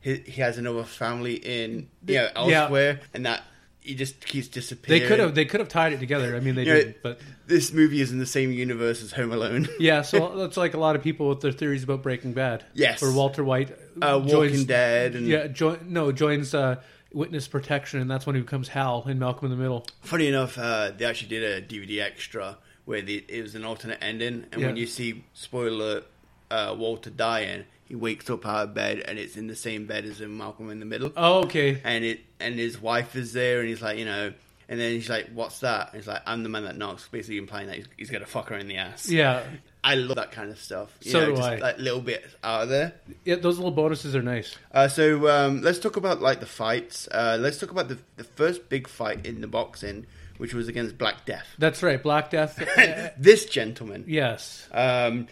[SPEAKER 2] he, he has another family in you know
[SPEAKER 3] Yeah.
[SPEAKER 2] elsewhere, and that he just keeps
[SPEAKER 3] They
[SPEAKER 2] disappearing.
[SPEAKER 3] could have. They could have tied it together. I mean, they
[SPEAKER 2] You know,
[SPEAKER 3] didn't. But
[SPEAKER 2] this movie is in the same universe as Home Alone.
[SPEAKER 3] yeah. So that's like a lot of people with their theories about Breaking Bad.
[SPEAKER 2] Yes.
[SPEAKER 3] Or Walter White.
[SPEAKER 2] Uh, Walking
[SPEAKER 3] joins-
[SPEAKER 2] Dead and
[SPEAKER 3] Yeah. Join, no. Joins uh, witness protection, and that's when he becomes Hal in Malcolm in the Middle.
[SPEAKER 2] Funny enough, uh, they actually did a DVD extra where the, it was an alternate ending, and when
[SPEAKER 3] Yeah.
[SPEAKER 2] you see spoiler uh, Walter dying, he wakes up out of bed, and it's in the same bed as in Malcolm in the Middle,
[SPEAKER 3] Oh, okay.
[SPEAKER 2] and it and his wife is there, and he's like, you know, and then he's like, "What's that?" And he's like, "I'm the man that knocks," basically implying that he's, he's gonna fuck her in the ass.
[SPEAKER 3] Yeah.
[SPEAKER 2] I love that kind of stuff. You
[SPEAKER 3] So
[SPEAKER 2] know,
[SPEAKER 3] do
[SPEAKER 2] just
[SPEAKER 3] I.
[SPEAKER 2] like little bits out of there.
[SPEAKER 3] Yeah. Those little bonuses are nice.
[SPEAKER 2] Uh, so um, let's talk about like the fights. Uh, let's talk about the the first big fight in the boxing, which was against Black Death.
[SPEAKER 3] That's right, Black Death. uh,
[SPEAKER 2] this gentleman.
[SPEAKER 3] yes,
[SPEAKER 2] Um,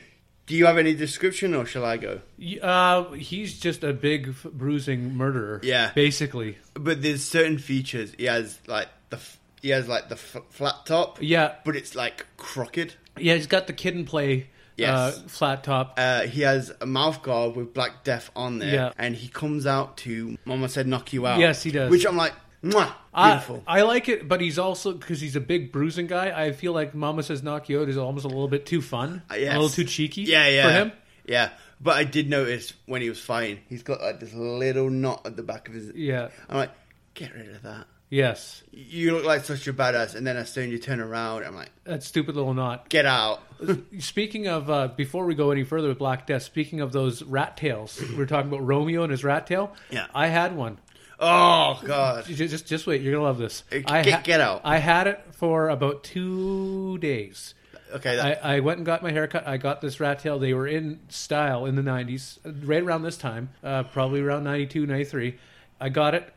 [SPEAKER 2] do you have any description, or shall I go?
[SPEAKER 3] Y- uh, he's just a big f- bruising murderer.
[SPEAKER 2] Yeah.
[SPEAKER 3] basically.
[SPEAKER 2] But there's certain features. He has like the f- he has like the f- flat top.
[SPEAKER 3] Yeah,
[SPEAKER 2] but it's like crooked.
[SPEAKER 3] yeah. He's got the kid and play.
[SPEAKER 2] Yes.
[SPEAKER 3] Uh, flat top.
[SPEAKER 2] Uh, he has a mouth guard with Black Death on there,
[SPEAKER 3] Yeah.
[SPEAKER 2] and he comes out to "Mama said knock you out."
[SPEAKER 3] Yes, he does.
[SPEAKER 2] Which I'm like, mwah,
[SPEAKER 3] I,
[SPEAKER 2] beautiful.
[SPEAKER 3] I like it, but he's also because he's a big bruising guy. I feel like Mama says knock you out is almost a little bit too fun,
[SPEAKER 2] Uh, Yes.
[SPEAKER 3] a little too cheeky.
[SPEAKER 2] Yeah, yeah,
[SPEAKER 3] for him.
[SPEAKER 2] yeah. But I did notice when he was fighting, he's got like this little knot at the back of his.
[SPEAKER 3] Yeah,
[SPEAKER 2] I'm like, get rid of that.
[SPEAKER 3] Yes,
[SPEAKER 2] You look like such a badass, and then as soon you turn around, I'm like,
[SPEAKER 3] that stupid little knot.
[SPEAKER 2] get out.
[SPEAKER 3] Speaking of, uh, before we go any further with Black Death, speaking of those rat tails, we were talking about Romeo and his rat tail.
[SPEAKER 2] Yeah.
[SPEAKER 3] I had one.
[SPEAKER 2] Oh god.
[SPEAKER 3] Just, just, just wait. You're gonna love this.
[SPEAKER 2] Hey,
[SPEAKER 3] I
[SPEAKER 2] get- get out.
[SPEAKER 3] I had it for about two days.
[SPEAKER 2] Okay, that,
[SPEAKER 3] I, I went and got my haircut. I got this rat tail. They were in style in the 90s, right around this time, uh, probably around 92, 93. I got it.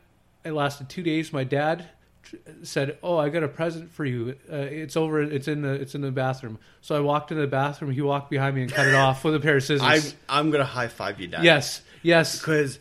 [SPEAKER 3] It lasted two days. My dad tr- said, "Oh, I got a present for you. Uh, it's over. It's in the. It's in the bathroom." So I walked into the bathroom. He walked behind me and cut it off with a pair of
[SPEAKER 2] I,
[SPEAKER 3] scissors.
[SPEAKER 2] I'm gonna high five you, Dad.
[SPEAKER 3] yes, yes.
[SPEAKER 2] because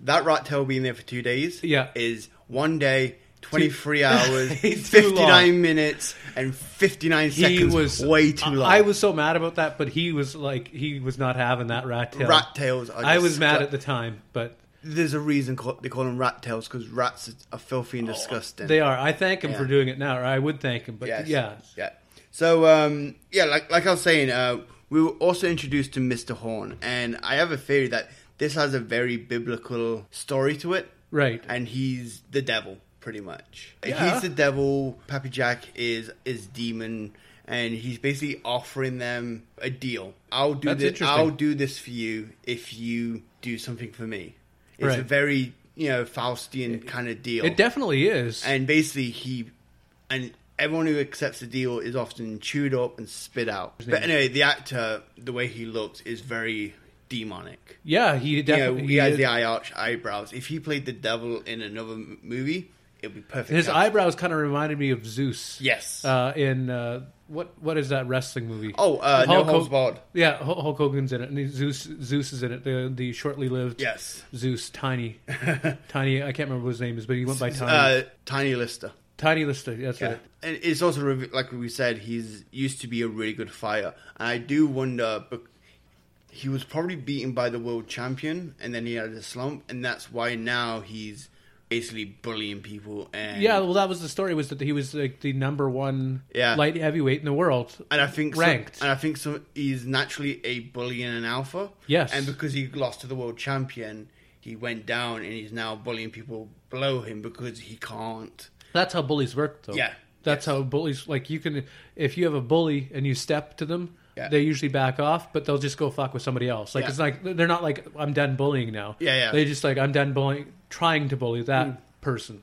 [SPEAKER 2] that rat tail being there for two days
[SPEAKER 3] Yeah.
[SPEAKER 2] is one day 23 hours
[SPEAKER 3] It's too
[SPEAKER 2] 59
[SPEAKER 3] long.
[SPEAKER 2] minutes and 59
[SPEAKER 3] He
[SPEAKER 2] seconds
[SPEAKER 3] was
[SPEAKER 2] way too
[SPEAKER 3] I-
[SPEAKER 2] long
[SPEAKER 3] I was so mad about that, but he was like, he was not having that rat tail.
[SPEAKER 2] rat tails are
[SPEAKER 3] I was mad
[SPEAKER 2] disgu-
[SPEAKER 3] at the time, but
[SPEAKER 2] there's a reason call, they call them rat tails because rats are filthy and
[SPEAKER 3] Oh.
[SPEAKER 2] disgusting
[SPEAKER 3] They are. I thank him for
[SPEAKER 2] Yeah.
[SPEAKER 3] doing it now, or I would thank him. But
[SPEAKER 2] Yes.
[SPEAKER 3] yeah,
[SPEAKER 2] yeah so um yeah like like i was saying uh we were also introduced to mr horn and i have a theory that this has a very biblical story to it
[SPEAKER 3] right.
[SPEAKER 2] and he's the devil pretty much
[SPEAKER 3] Yeah.
[SPEAKER 2] he's the devil pappy jack is is demon and he's basically offering them a deal i'll do
[SPEAKER 3] That's
[SPEAKER 2] this
[SPEAKER 3] interesting.
[SPEAKER 2] i'll do this for you if you do something for me it's a
[SPEAKER 3] Right.
[SPEAKER 2] very you know faustian kind of deal
[SPEAKER 3] It definitely is.
[SPEAKER 2] and basically he and everyone who accepts the deal is often chewed up and spit out but anyway the actor the way he looks is very demonic
[SPEAKER 3] yeah, he
[SPEAKER 2] you know,
[SPEAKER 3] definitely.
[SPEAKER 2] he has
[SPEAKER 3] is.
[SPEAKER 2] the eye arch eyebrows. If he played the devil in another m- movie, it'd be perfect.
[SPEAKER 3] His
[SPEAKER 2] casting.
[SPEAKER 3] eyebrows kind of reminded me of Zeus.
[SPEAKER 2] Yes.
[SPEAKER 3] Uh, in uh, what what is that wrestling movie?
[SPEAKER 2] Oh, uh, No
[SPEAKER 3] Hol-
[SPEAKER 2] Holds Barred.
[SPEAKER 3] Yeah, Hul- Hulk Hogan's in it, and Zeus Zeus is in it. The the shortly lived
[SPEAKER 2] Yes.
[SPEAKER 3] Zeus Tiny Tiny. I can't remember what his name is, but he went by Tiny
[SPEAKER 2] uh, Tiny Lister.
[SPEAKER 3] Tiny Lister. That's
[SPEAKER 2] Yeah.
[SPEAKER 3] right.
[SPEAKER 2] And it's also rev- like we said, he's used to be a really good fighter, and I do wonder. But he was probably beaten by the world champion, and then he had a slump, and that's why now he's basically bullying people. And
[SPEAKER 3] Yeah, well, that was the story. Was that he was like the number one
[SPEAKER 2] Yeah.
[SPEAKER 3] light heavyweight in the world?
[SPEAKER 2] And I think some-
[SPEAKER 3] Ranked.
[SPEAKER 2] and I think some, he's naturally a bully and an alpha.
[SPEAKER 3] Yes.
[SPEAKER 2] And because he lost to the world champion, he went down and he's now bullying people below him because he can't.
[SPEAKER 3] That's how bullies work, though.
[SPEAKER 2] Yeah.
[SPEAKER 3] That's how bullies like you can if you have a bully and you step to them,
[SPEAKER 2] Yeah.
[SPEAKER 3] they usually back off, but they'll just go fuck with somebody else. Like
[SPEAKER 2] Yeah.
[SPEAKER 3] it's like they're not like I'm done bullying now.
[SPEAKER 2] Yeah, yeah.
[SPEAKER 3] They just like I'm done bullying, trying to bully that person.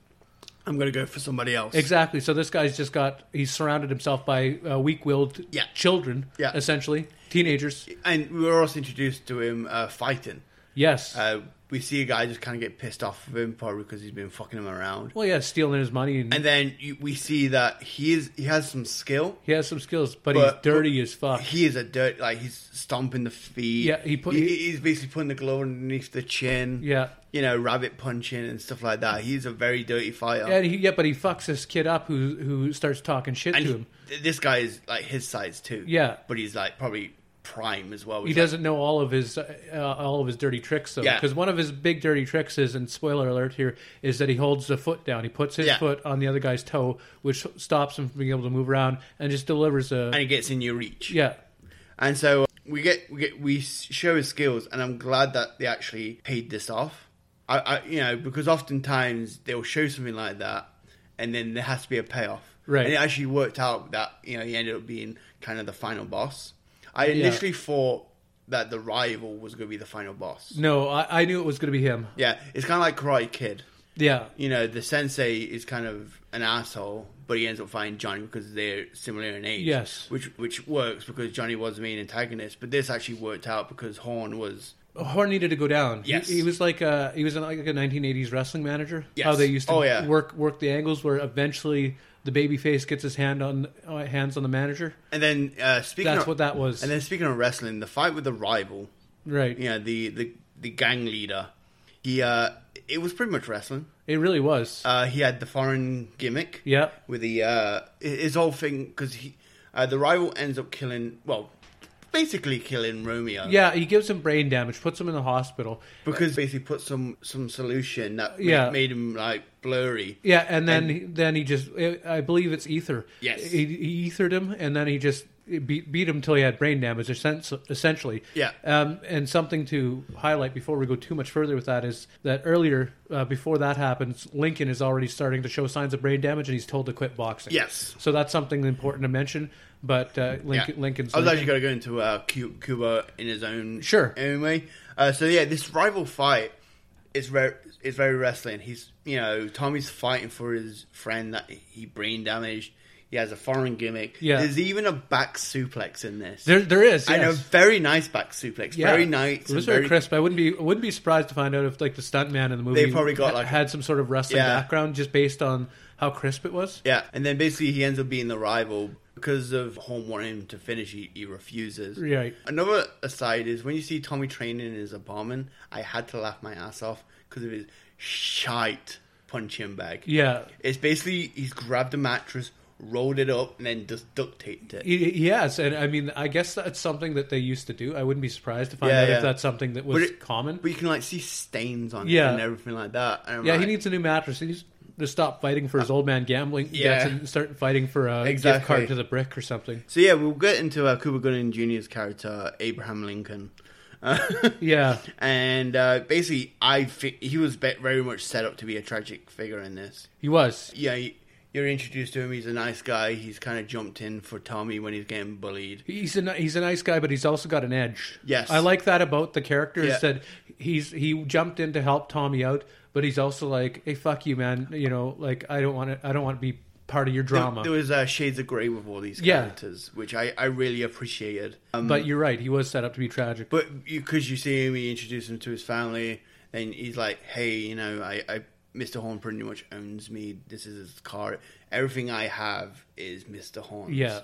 [SPEAKER 2] I'm gonna go for somebody else.
[SPEAKER 3] Exactly. So this guy's just got he's surrounded himself by uh, weak-willed
[SPEAKER 2] Yeah.
[SPEAKER 3] children,
[SPEAKER 2] Yeah.
[SPEAKER 3] essentially teenagers.
[SPEAKER 2] And we were also introduced to him uh, fighting.
[SPEAKER 3] Yes.
[SPEAKER 2] Uh, we see a guy just kind of get pissed off of him probably because he's been fucking him around.
[SPEAKER 3] well, yeah, stealing his money and,
[SPEAKER 2] And then you, we see that he is he has some skill.
[SPEAKER 3] he has some skills, but,
[SPEAKER 2] but-
[SPEAKER 3] he's dirty as fuck.
[SPEAKER 2] He is a dirt like he's stomping the feet.
[SPEAKER 3] Yeah, he put-
[SPEAKER 2] he's basically putting the glove underneath the chin.
[SPEAKER 3] Yeah.
[SPEAKER 2] you know, rabbit punching and stuff like that. He's a very dirty fighter.
[SPEAKER 3] and he, yeah, but he fucks this kid up who who starts talking shit
[SPEAKER 2] and
[SPEAKER 3] to
[SPEAKER 2] he-
[SPEAKER 3] him.
[SPEAKER 2] th- this guy is like his size too.
[SPEAKER 3] Yeah.
[SPEAKER 2] but he's like probably prime as well.
[SPEAKER 3] he doesn't know all of his uh, all of his dirty tricks though
[SPEAKER 2] Yeah.
[SPEAKER 3] because one of his big dirty tricks is and spoiler alert here is that he holds the foot down he puts his
[SPEAKER 2] Yeah.
[SPEAKER 3] foot on the other guy's toe which stops him from being able to move around and just delivers a
[SPEAKER 2] and he gets in your reach.
[SPEAKER 3] yeah
[SPEAKER 2] and so uh, we get we get we s- show his skills, and I'm glad that they actually paid this off. I, I you know because oftentimes they'll show something like that, and then there has to be a payoff.
[SPEAKER 3] Right.
[SPEAKER 2] and it actually worked out that you know he ended up being kind of the final boss. I initially thought that the rival was going to be the final boss.
[SPEAKER 3] no I, I knew it was going to be him
[SPEAKER 2] Yeah, it's kind of like Karate Kid.
[SPEAKER 3] yeah
[SPEAKER 2] You know, the sensei is kind of an asshole, but he ends up finding Johnny because they're similar in age.
[SPEAKER 3] Yes.
[SPEAKER 2] which which works because Johnny was the main antagonist, but this actually worked out because Horn was
[SPEAKER 3] Horn needed to go down. He-
[SPEAKER 2] Yes.
[SPEAKER 3] he, was like a he was an- like a 1980s wrestling manager.
[SPEAKER 2] Yes.
[SPEAKER 3] How they used to
[SPEAKER 2] Oh, yeah.
[SPEAKER 3] work work the angles where eventually the babyface gets his hand on uh, hands on the manager.
[SPEAKER 2] And then uh, speaking,
[SPEAKER 3] That's
[SPEAKER 2] of,
[SPEAKER 3] what that was.
[SPEAKER 2] And then speaking of wrestling, the fight with the rival,
[SPEAKER 3] right.
[SPEAKER 2] you know, the the the gang leader, he uh, it was pretty much wrestling.
[SPEAKER 3] It really was.
[SPEAKER 2] Uh, he had the foreign gimmick.
[SPEAKER 3] Yeah.
[SPEAKER 2] With the uh, his whole thing because he uh, the rival ends up killing well, basically killing Romeo.
[SPEAKER 3] Yeah, he gives him brain damage, puts him in the hospital.
[SPEAKER 2] because basically put some some solution that ma-
[SPEAKER 3] Yeah.
[SPEAKER 2] made him like blurry.
[SPEAKER 3] Yeah, and then then he just eh, I believe it's ether.
[SPEAKER 2] Yes.
[SPEAKER 3] he, he ethered him, and then he just beat beat him till he had brain damage, essen- essentially.
[SPEAKER 2] Yeah.
[SPEAKER 3] Um, and something to highlight before we go too much further with that is that earlier, uh, before that happens, Lincoln is already starting to show signs of brain damage, and he's told to quit boxing.
[SPEAKER 2] Yes.
[SPEAKER 3] So that's something important to mention. But uh, Lincoln, Lincoln's
[SPEAKER 2] I was actually going to go into uh, Cu- Cuba in his own
[SPEAKER 3] Sure.
[SPEAKER 2] own way. Uh, so yeah, this rival fight is very is very wrestling. He's you know Tommy's fighting for his friend that he brain damaged. He has a foreign gimmick.
[SPEAKER 3] Yeah.
[SPEAKER 2] There's even a back suplex in this.
[SPEAKER 3] there, there is.
[SPEAKER 2] and a
[SPEAKER 3] yes.
[SPEAKER 2] very nice back suplex.
[SPEAKER 3] Yeah.
[SPEAKER 2] Very nice.
[SPEAKER 3] It was
[SPEAKER 2] and
[SPEAKER 3] very
[SPEAKER 2] very
[SPEAKER 3] crisp. I wouldn't be wouldn't be surprised to find out if like the stuntman in the movie
[SPEAKER 2] They probably got,
[SPEAKER 3] ha-
[SPEAKER 2] like-
[SPEAKER 3] had some sort of wrestling
[SPEAKER 2] Yeah.
[SPEAKER 3] background just based on how crisp it was.
[SPEAKER 2] Yeah, and then basically he ends up being the rival because of Home wanting him to finish. He, he refuses.
[SPEAKER 3] Right.
[SPEAKER 2] Another aside is when you see Tommy training in his apartment, I had to laugh my ass off because of his shite punching bag.
[SPEAKER 3] Yeah.
[SPEAKER 2] It's basically he's grabbed a mattress, rolled it up, and then just duct taped it.
[SPEAKER 3] Y- Yes, and I mean, I guess that's something that they used to do. I wouldn't be surprised to find
[SPEAKER 2] Yeah,
[SPEAKER 3] out
[SPEAKER 2] yeah.
[SPEAKER 3] if that's something that
[SPEAKER 2] But
[SPEAKER 3] was
[SPEAKER 2] it-
[SPEAKER 3] common.
[SPEAKER 2] But you can like see stains on
[SPEAKER 3] Yeah.
[SPEAKER 2] it and everything like that. And I'm
[SPEAKER 3] yeah, he
[SPEAKER 2] like,
[SPEAKER 3] needs a new mattress. He needs to stop fighting for his old man gambling
[SPEAKER 2] Uh, Yeah.
[SPEAKER 3] debts and start fighting for a gift
[SPEAKER 2] Exactly.
[SPEAKER 3] card to the brick or something.
[SPEAKER 2] So yeah, we'll get into uh, Cuba Gooding Jr.'s character Abraham Lincoln.
[SPEAKER 3] Yeah,
[SPEAKER 2] and uh, basically, I fi- he was be- very much set up to be a tragic figure in this.
[SPEAKER 3] he was.
[SPEAKER 2] Yeah, you- you're introduced to him. He's a nice guy. He's kind of jumped in for Tommy when he's getting bullied.
[SPEAKER 3] He's a ni- he's a nice guy, but he's also got an edge.
[SPEAKER 2] Yes.
[SPEAKER 3] I like that about the character is
[SPEAKER 2] Yeah.
[SPEAKER 3] that he's he jumped in to help Tommy out, but he's also like, hey, fuck you, man. You know, like I don't want to I don't want to be part of your
[SPEAKER 2] There-
[SPEAKER 3] drama.
[SPEAKER 2] There, was uh, shades of grey with all these
[SPEAKER 3] Yeah.
[SPEAKER 2] characters, which I, I really appreciated. Um,
[SPEAKER 3] but you're right, he was set up to be tragic.
[SPEAKER 2] but because you, see him, you introduce him to his family, and he's like, "Hey, you know, I, I Mr. Horn pretty much owns me. This is his car. Everything I have is Mr. Horn's.
[SPEAKER 3] Yeah.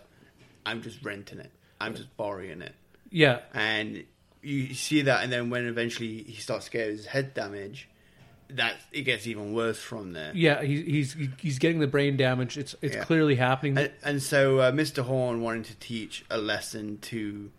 [SPEAKER 2] I'm just renting it. I'm just borrowing it."
[SPEAKER 3] yeah,
[SPEAKER 2] and you see that, and then when eventually he starts to get his head damage, that it gets even worse from there.
[SPEAKER 3] yeah, he, he's he's getting the brain damage. It's it's
[SPEAKER 2] Yeah.
[SPEAKER 3] clearly happening.
[SPEAKER 2] And, and so uh, Mr. Horn, wanting to teach a lesson to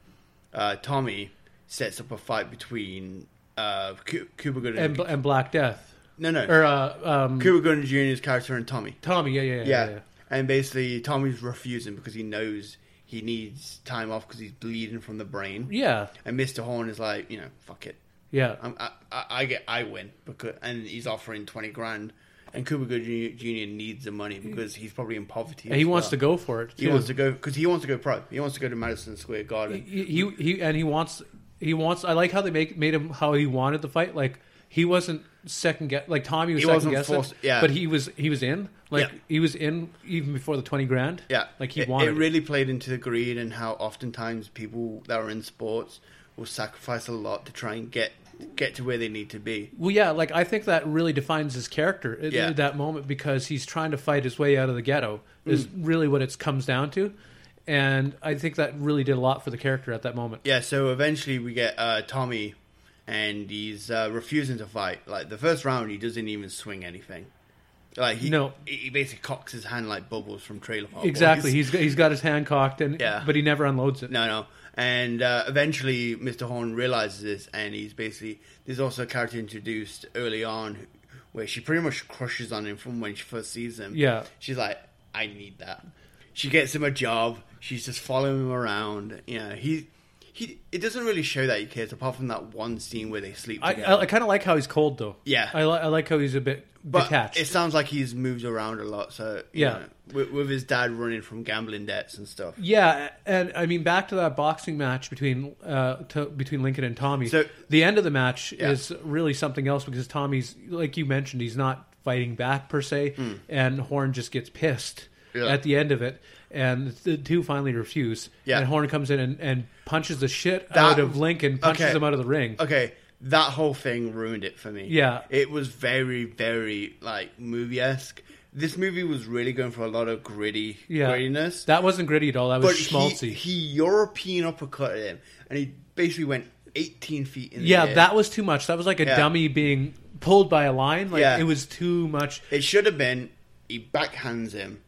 [SPEAKER 2] uh, Tommy, sets up a fight between uh, Cu- Cuba Gooding.
[SPEAKER 3] and and Black Death
[SPEAKER 2] no, no,
[SPEAKER 3] or uh, um,
[SPEAKER 2] Cuba Gooding Jr.'s character and Tommy.
[SPEAKER 3] Tommy. Yeah, yeah, yeah.
[SPEAKER 2] Yeah.
[SPEAKER 3] yeah, yeah.
[SPEAKER 2] and basically Tommy's refusing because he knows he needs time off because he's bleeding from the brain.
[SPEAKER 3] Yeah,
[SPEAKER 2] And Mr. Horn is like, you know, fuck it.
[SPEAKER 3] yeah.
[SPEAKER 2] I'm, I, I I get I win because and he's offering twenty grand, and Cuba Gooding Jr. needs the money because he's probably in poverty.
[SPEAKER 3] And he wants to go for it.
[SPEAKER 2] He wants to go because he wants to go pro. He wants to go to Madison Square Garden.
[SPEAKER 3] he, he he and he wants he wants I like how they make made him how he wanted the fight like he wasn't second guess like Tommy was
[SPEAKER 2] He
[SPEAKER 3] second
[SPEAKER 2] wasn't
[SPEAKER 3] guessing
[SPEAKER 2] forced- yeah.
[SPEAKER 3] but he was he was in like
[SPEAKER 2] Yeah.
[SPEAKER 3] he was in even before the 20 grand
[SPEAKER 2] Yeah,
[SPEAKER 3] like he
[SPEAKER 2] it,
[SPEAKER 3] wanted
[SPEAKER 2] It
[SPEAKER 3] it.
[SPEAKER 2] really played into the greed and how oftentimes people that are in sports will sacrifice a lot to try and get get to where they need to be.
[SPEAKER 3] well yeah like I think that really defines his character at
[SPEAKER 2] Yeah.
[SPEAKER 3] that moment because he's trying to fight his way out of the ghetto is
[SPEAKER 2] Mm.
[SPEAKER 3] really what it comes down to and I think that really did a lot for the character at that moment
[SPEAKER 2] Yeah, so eventually we get uh, Tommy, and he's uh, refusing to fight. Like the first round, he doesn't even swing anything. Like he,
[SPEAKER 3] No.
[SPEAKER 2] he he basically cocks his hand like bubbles from Trailer Park.
[SPEAKER 3] exactly
[SPEAKER 2] Boys.
[SPEAKER 3] he's he's got his hand cocked and
[SPEAKER 2] Yeah.
[SPEAKER 3] but he never unloads it
[SPEAKER 2] no, no. And uh, eventually, Mr. Horn realizes this, and he's basically there's also a character introduced early on, where she pretty much crushes on him from when she first sees him.
[SPEAKER 3] Yeah.
[SPEAKER 2] she's like, I need that. She gets him a job. She's just following him around. You know, he he. It doesn't really show that he cares, apart from that one scene where they sleep
[SPEAKER 3] I,
[SPEAKER 2] together.
[SPEAKER 3] I, I kind of like how he's cold though.
[SPEAKER 2] Yeah.
[SPEAKER 3] I, li- I like how he's a bit
[SPEAKER 2] but
[SPEAKER 3] detached.
[SPEAKER 2] it sounds like he's moved around a lot. So you
[SPEAKER 3] Yeah.
[SPEAKER 2] know, with, with his dad running from gambling debts and stuff.
[SPEAKER 3] yeah, and I mean back to that boxing match between uh, to, between Lincoln and Tommy.
[SPEAKER 2] So-
[SPEAKER 3] the end of the match
[SPEAKER 2] Yeah.
[SPEAKER 3] is really something else because Tommy's like you mentioned, he's not fighting back per se, and Horn just gets pissed
[SPEAKER 2] Hmm. Yeah.
[SPEAKER 3] at the end of it, and the two finally refuse.
[SPEAKER 2] Yeah.
[SPEAKER 3] and Horn comes in and, and punches the shit
[SPEAKER 2] That-
[SPEAKER 3] out of Lincoln, punches
[SPEAKER 2] okay.
[SPEAKER 3] him out of the ring.
[SPEAKER 2] okay, that whole thing ruined it for me.
[SPEAKER 3] Yeah.
[SPEAKER 2] It was very, very like movie esque. This movie was really going for a lot of gritty
[SPEAKER 3] Yeah,
[SPEAKER 2] grittiness.
[SPEAKER 3] that wasn't gritty at all. That
[SPEAKER 2] but
[SPEAKER 3] was
[SPEAKER 2] he,
[SPEAKER 3] schmaltzy.
[SPEAKER 2] he European uppercut him and he basically went eighteen feet in the
[SPEAKER 3] Yeah,
[SPEAKER 2] air.
[SPEAKER 3] that was too much. That was like a
[SPEAKER 2] Yeah.
[SPEAKER 3] dummy being pulled by a line. Like
[SPEAKER 2] Yeah.
[SPEAKER 3] it was too much.
[SPEAKER 2] it should have been he backhands him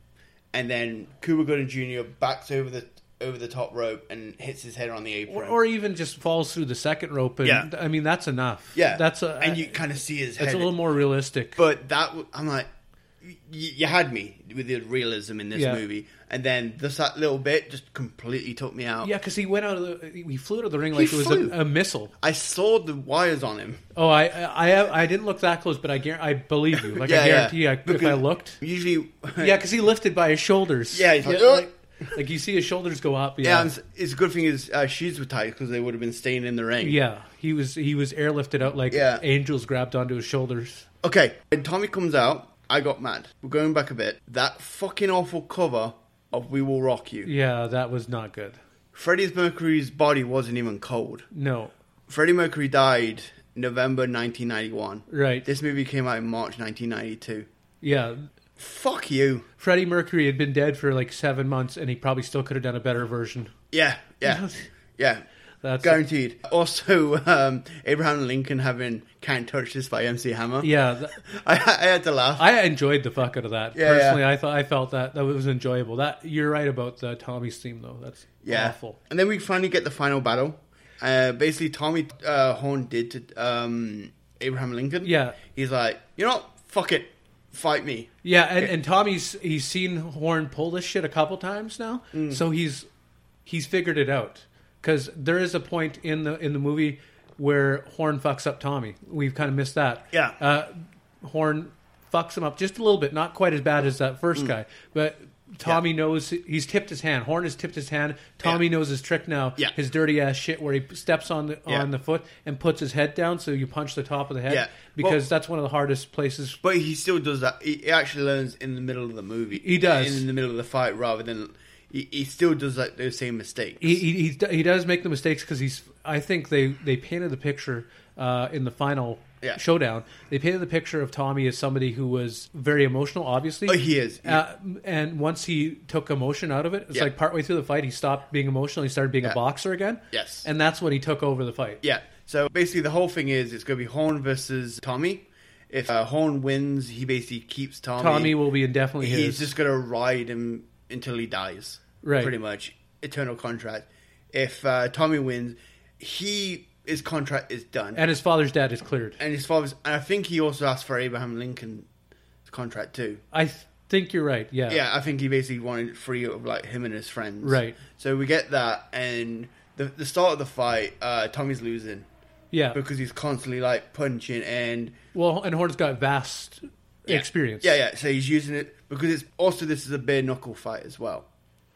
[SPEAKER 2] and then Cuba Gooding Jr. backs over the over the top rope and hits his head on the
[SPEAKER 3] Or,
[SPEAKER 2] apron.
[SPEAKER 3] or even just falls through the second rope. And,
[SPEAKER 2] Yeah.
[SPEAKER 3] I mean that's enough.
[SPEAKER 2] yeah.
[SPEAKER 3] that's a
[SPEAKER 2] and you kinda see his
[SPEAKER 3] that's
[SPEAKER 2] head
[SPEAKER 3] a little more realistic.
[SPEAKER 2] But that w- I'm like, y- you had me with the realism in this
[SPEAKER 3] Yeah.
[SPEAKER 2] movie, and then this that little bit just completely took me out.
[SPEAKER 3] Yeah, because he went out of the, he flew out of the ring like it was
[SPEAKER 2] flew.
[SPEAKER 3] a, a missile.
[SPEAKER 2] I saw the wires on him.
[SPEAKER 3] Oh, I, I, I- I didn't look that close, but I guar I believe you. Like
[SPEAKER 2] Yeah,
[SPEAKER 3] I
[SPEAKER 2] yeah.
[SPEAKER 3] guarantee, I, if I
[SPEAKER 2] Because-
[SPEAKER 3] looked,
[SPEAKER 2] Usually, yeah,
[SPEAKER 3] yeah, because he lifted by his shoulders.
[SPEAKER 2] Yeah, he's like,
[SPEAKER 3] like, like, you see his shoulders go up. Yeah,
[SPEAKER 2] and it's, it's a good thing his uh, shoes were tight because they would have been staying in the ring.
[SPEAKER 3] Yeah, he was he was airlifted out like
[SPEAKER 2] Yeah.
[SPEAKER 3] angels grabbed onto his shoulders.
[SPEAKER 2] Okay, when Tommy comes out, I got mad. We're going back a bit. That fucking awful cover of "We Will Rock You."
[SPEAKER 3] Yeah, that was not good.
[SPEAKER 2] Freddie Mercury's body wasn't even cold.
[SPEAKER 3] No,
[SPEAKER 2] Freddie Mercury died November 1991.
[SPEAKER 3] right?
[SPEAKER 2] This movie came out in March 1992.
[SPEAKER 3] yeah,
[SPEAKER 2] Fuck you.
[SPEAKER 3] Freddie Mercury had been dead for like seven months, and he probably still could have done a better version.
[SPEAKER 2] Yeah, yeah, yeah.
[SPEAKER 3] That's
[SPEAKER 2] Guaranteed. Also, um, Abraham Lincoln having "Can't Touch This" by MC Hammer.
[SPEAKER 3] yeah. th-
[SPEAKER 2] I, I had to laugh.
[SPEAKER 3] I enjoyed the fuck out of that.
[SPEAKER 2] Yeah,
[SPEAKER 3] Personally,
[SPEAKER 2] yeah.
[SPEAKER 3] I thought I felt that that was enjoyable. That you're right about the Tommy's theme though. That's
[SPEAKER 2] yeah.
[SPEAKER 3] awful.
[SPEAKER 2] And then we finally get the final battle. Uh, basically, Tommy uh, Horn did to um, Abraham Lincoln.
[SPEAKER 3] Yeah.
[SPEAKER 2] He's like, you know, what? fuck it, fight me.
[SPEAKER 3] Yeah, and, and Tommy's he's seen Horn pull this shit a couple times now,
[SPEAKER 2] Mm.
[SPEAKER 3] so he's he's figured it out. Because there is a point in the in the movie where Horn fucks up Tommy. We've kind of missed that.
[SPEAKER 2] Yeah.
[SPEAKER 3] uh, Horn fucks him up just a little bit, not quite as bad as that
[SPEAKER 2] Mm.
[SPEAKER 3] first guy, but. Tommy knows he's tipped his hand. Horn has tipped his hand. Tommy
[SPEAKER 2] Yeah.
[SPEAKER 3] knows his trick now.
[SPEAKER 2] Yeah.
[SPEAKER 3] His dirty ass shit where he steps on the
[SPEAKER 2] Yeah.
[SPEAKER 3] on the foot and puts his head down so you punch the top of the head
[SPEAKER 2] Yeah.
[SPEAKER 3] because
[SPEAKER 2] Well-
[SPEAKER 3] that's one of the hardest places
[SPEAKER 2] But he still does that. He he actually learns in the middle of the movie.
[SPEAKER 3] He does.
[SPEAKER 2] in, the middle of the fight, rather than he, he still does like those same mistakes.
[SPEAKER 3] he he, he, d- he does make the mistakes because he's. I think they they painted the picture uh, in the final
[SPEAKER 2] Yeah.
[SPEAKER 3] showdown. They painted the picture of Tommy as somebody who was very emotional. Obviously,
[SPEAKER 2] Oh, he is,
[SPEAKER 3] Uh, and once he took emotion out of it, it's
[SPEAKER 2] Yeah.
[SPEAKER 3] like partway through the fight, he stopped being emotional. He started being
[SPEAKER 2] Yeah.
[SPEAKER 3] a boxer again.
[SPEAKER 2] Yes.
[SPEAKER 3] and that's when he took over the fight.
[SPEAKER 2] Yeah. So basically, the whole thing is it's going to be Horn versus Tommy. If uh, Horn wins, he basically keeps Tommy.
[SPEAKER 3] Tommy will be indefinitely
[SPEAKER 2] He's
[SPEAKER 3] his.
[SPEAKER 2] just going to ride him until he dies.
[SPEAKER 3] Right.
[SPEAKER 2] Pretty much. Eternal contract. If uh, Tommy wins, he his contract is done. And,
[SPEAKER 3] and his father's dad is cleared.
[SPEAKER 2] his father's. And I think he also asked for Abraham Lincoln's contract too.
[SPEAKER 3] I th- think you're right. Yeah.
[SPEAKER 2] Yeah, I think he basically wanted free of like him and his friends.
[SPEAKER 3] Right.
[SPEAKER 2] So we get that, and the, the start of the fight, uh, Tommy's losing
[SPEAKER 3] Yeah.
[SPEAKER 2] because he's constantly like punching and
[SPEAKER 3] well, and Horn's got vast
[SPEAKER 2] Yeah.
[SPEAKER 3] experience.
[SPEAKER 2] Yeah, yeah. So he's using it because it's also this is a bare knuckle fight as well.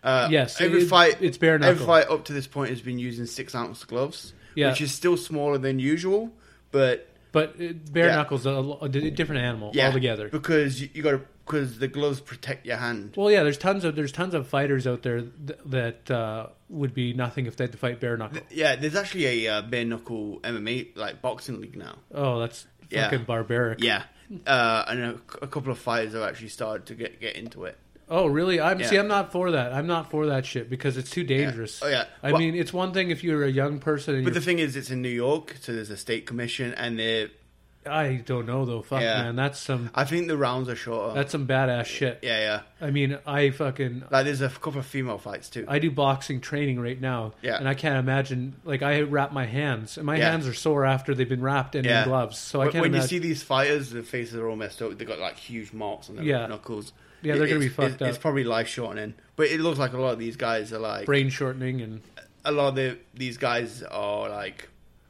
[SPEAKER 2] Uh,
[SPEAKER 3] Yes,
[SPEAKER 2] every
[SPEAKER 3] it-
[SPEAKER 2] fight
[SPEAKER 3] it's bare
[SPEAKER 2] Every
[SPEAKER 3] knuckle.
[SPEAKER 2] fight up to this point has been using six ounce gloves,
[SPEAKER 3] Yeah.
[SPEAKER 2] which is still smaller than usual, but
[SPEAKER 3] But uh, bare
[SPEAKER 2] Yeah.
[SPEAKER 3] knuckles a, lo- a di- different animal
[SPEAKER 2] yeah,
[SPEAKER 3] altogether.
[SPEAKER 2] because you, you got to because the gloves protect your hand.
[SPEAKER 3] Well, yeah, there's tons of there's tons of fighters out there th- that uh, would be nothing if they had to fight bare knuckle.
[SPEAKER 2] yeah, there's actually a uh, bare knuckle MMA like boxing league now.
[SPEAKER 3] Oh, that's
[SPEAKER 2] Yeah.
[SPEAKER 3] fucking barbaric.
[SPEAKER 2] Yeah, uh, and a, a couple of fighters have actually started to get get into it.
[SPEAKER 3] Oh, really? I'm
[SPEAKER 2] Yeah.
[SPEAKER 3] see. I'm not for that. I'm not for that shit because it's too dangerous.
[SPEAKER 2] Oh, yeah.
[SPEAKER 3] I
[SPEAKER 2] Well-
[SPEAKER 3] mean, it's one thing if you're a young person. And
[SPEAKER 2] But the
[SPEAKER 3] you're,
[SPEAKER 2] thing is, it's in New York, so there's a state commission, and they
[SPEAKER 3] I don't know though. Fuck
[SPEAKER 2] Yeah.
[SPEAKER 3] man, that's some
[SPEAKER 2] I think the rounds are shorter.
[SPEAKER 3] that's some badass shit.
[SPEAKER 2] yeah, yeah.
[SPEAKER 3] I mean, I fucking
[SPEAKER 2] Like there's a couple of female fights too.
[SPEAKER 3] I do boxing training right now,
[SPEAKER 2] Yeah.
[SPEAKER 3] and I can't imagine. Like, I wrap my hands, and my
[SPEAKER 2] Yeah.
[SPEAKER 3] hands are sore after they've been wrapped and in gloves. So I
[SPEAKER 2] When-
[SPEAKER 3] can't.
[SPEAKER 2] When you
[SPEAKER 3] imagine.
[SPEAKER 2] see these fighters, their faces are all messed up. They got like huge marks on their
[SPEAKER 3] Yeah.
[SPEAKER 2] knuckles.
[SPEAKER 3] Yeah, they're gonna be
[SPEAKER 2] It's-
[SPEAKER 3] fucked
[SPEAKER 2] it's- It's
[SPEAKER 3] up.
[SPEAKER 2] probably life shortening, but it looks like a lot of these guys are like
[SPEAKER 3] brain shortening and
[SPEAKER 2] a lot of the, these guys are like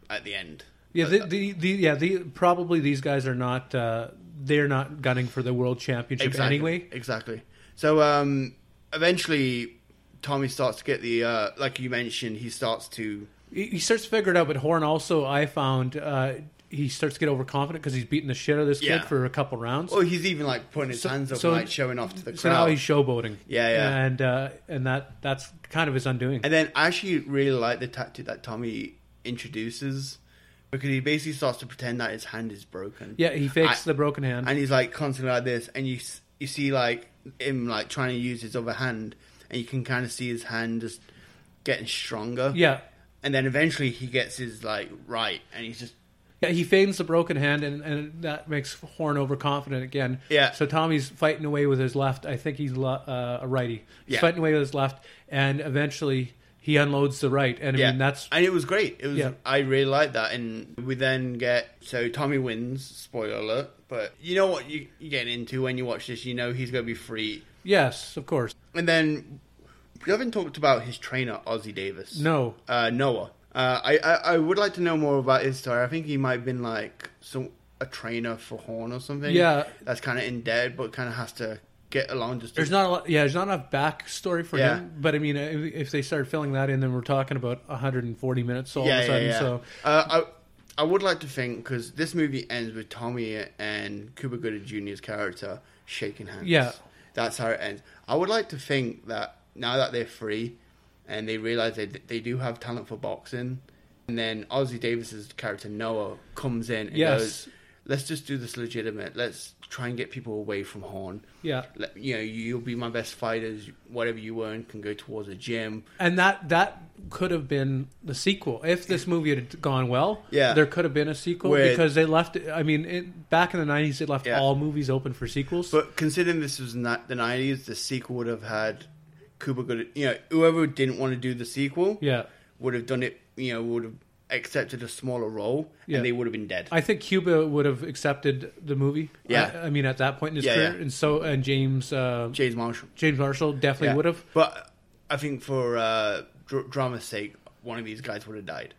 [SPEAKER 2] at the end.
[SPEAKER 3] Yeah, the, the, the yeah the probably these guys are not uh, they're not gunning for the world championship
[SPEAKER 2] Exactly.
[SPEAKER 3] anyway.
[SPEAKER 2] Exactly. So um, eventually, Tommy starts to get the uh, like you mentioned. He starts to
[SPEAKER 3] He, he starts to figure it out, but Horn also I found uh, he starts to get overconfident because he's beating the shit out of this
[SPEAKER 2] Yeah.
[SPEAKER 3] kid for a couple rounds.
[SPEAKER 2] oh he's even like putting his
[SPEAKER 3] So-
[SPEAKER 2] hands up
[SPEAKER 3] so-
[SPEAKER 2] and like showing off to the crowd.
[SPEAKER 3] so now he's showboating.
[SPEAKER 2] Yeah, yeah.
[SPEAKER 3] and uh, and that that's kind of his undoing.
[SPEAKER 2] And then I actually really like the tactic that Tommy introduces because he basically starts to pretend that his hand is broken.
[SPEAKER 3] yeah, he fakes
[SPEAKER 2] I-
[SPEAKER 3] the broken hand.
[SPEAKER 2] And he's like constantly like this, and you s- you see like him like trying to use his other hand, and you can kind of see his hand just getting stronger.
[SPEAKER 3] yeah,
[SPEAKER 2] And then eventually he gets his like right, and he's just
[SPEAKER 3] Yeah, he feigns the broken hand, and, and that makes Horn overconfident again.
[SPEAKER 2] Yeah.
[SPEAKER 3] So Tommy's fighting away with his left. I think he's le- uh, a righty. He's
[SPEAKER 2] Yeah.
[SPEAKER 3] fighting away with his left, and eventually he unloads the right, and I
[SPEAKER 2] Yeah,
[SPEAKER 3] mean that's
[SPEAKER 2] and it was great. It was
[SPEAKER 3] Yeah.
[SPEAKER 2] I really liked that, and we then get so Tommy wins. Spoiler alert! But you know what you you get into when you watch this. You know he's gonna be free,
[SPEAKER 3] yes, of course.
[SPEAKER 2] and then we haven't talked about his trainer Ozzy Davis.
[SPEAKER 3] No,
[SPEAKER 2] uh, Noah. Uh, I, I I would like to know more about his story. I think he might have been like some a trainer for Horn or something.
[SPEAKER 3] Yeah.
[SPEAKER 2] that's kind of in debt, but kind of has to get along. Just to-
[SPEAKER 3] there's not a lot, yeah, there's not enough backstory for
[SPEAKER 2] Yeah.
[SPEAKER 3] him. But I mean, if, if they start filling that in, then we're talking about 140 minutes all of a sudden. So
[SPEAKER 2] Uh, I I would like to think because this movie ends with Tommy and Cuba Gooding Jr.'s character shaking hands.
[SPEAKER 3] Yeah.
[SPEAKER 2] that's how it ends. I would like to think that now that they're free and they realize they they do have talent for boxing, and then Ozzy Davis's character Noah comes in and
[SPEAKER 3] Yes.
[SPEAKER 2] goes. Let's just do this legitimate. Let's try and get people away from Horn.
[SPEAKER 3] Yeah.
[SPEAKER 2] Let, you know, you'll be my best fighters. Whatever you earn can go towards a gym.
[SPEAKER 3] and that that could have been the sequel if this movie had gone well.
[SPEAKER 2] Yeah.
[SPEAKER 3] there could have been a sequel
[SPEAKER 2] Where-
[SPEAKER 3] because they left. I mean, it, back in the '90s, they left
[SPEAKER 2] Yeah.
[SPEAKER 3] all movies open for sequels.
[SPEAKER 2] But considering this was not the nineties, the sequel would have had Cuba Good. You know, whoever didn't want to do the sequel,
[SPEAKER 3] yeah,
[SPEAKER 2] would have done it. You know, would have accepted a smaller role,
[SPEAKER 3] Yeah.
[SPEAKER 2] and they would have been dead.
[SPEAKER 3] I think Cuba would have accepted the movie.
[SPEAKER 2] Yeah.
[SPEAKER 3] I, I mean, at that point in his
[SPEAKER 2] Yeah,
[SPEAKER 3] career,
[SPEAKER 2] yeah.
[SPEAKER 3] and so and James uh,
[SPEAKER 2] James Marshall
[SPEAKER 3] James Marshall definitely
[SPEAKER 2] Yeah.
[SPEAKER 3] would have.
[SPEAKER 2] But I think for uh, dr- drama's sake, one of these guys would have died.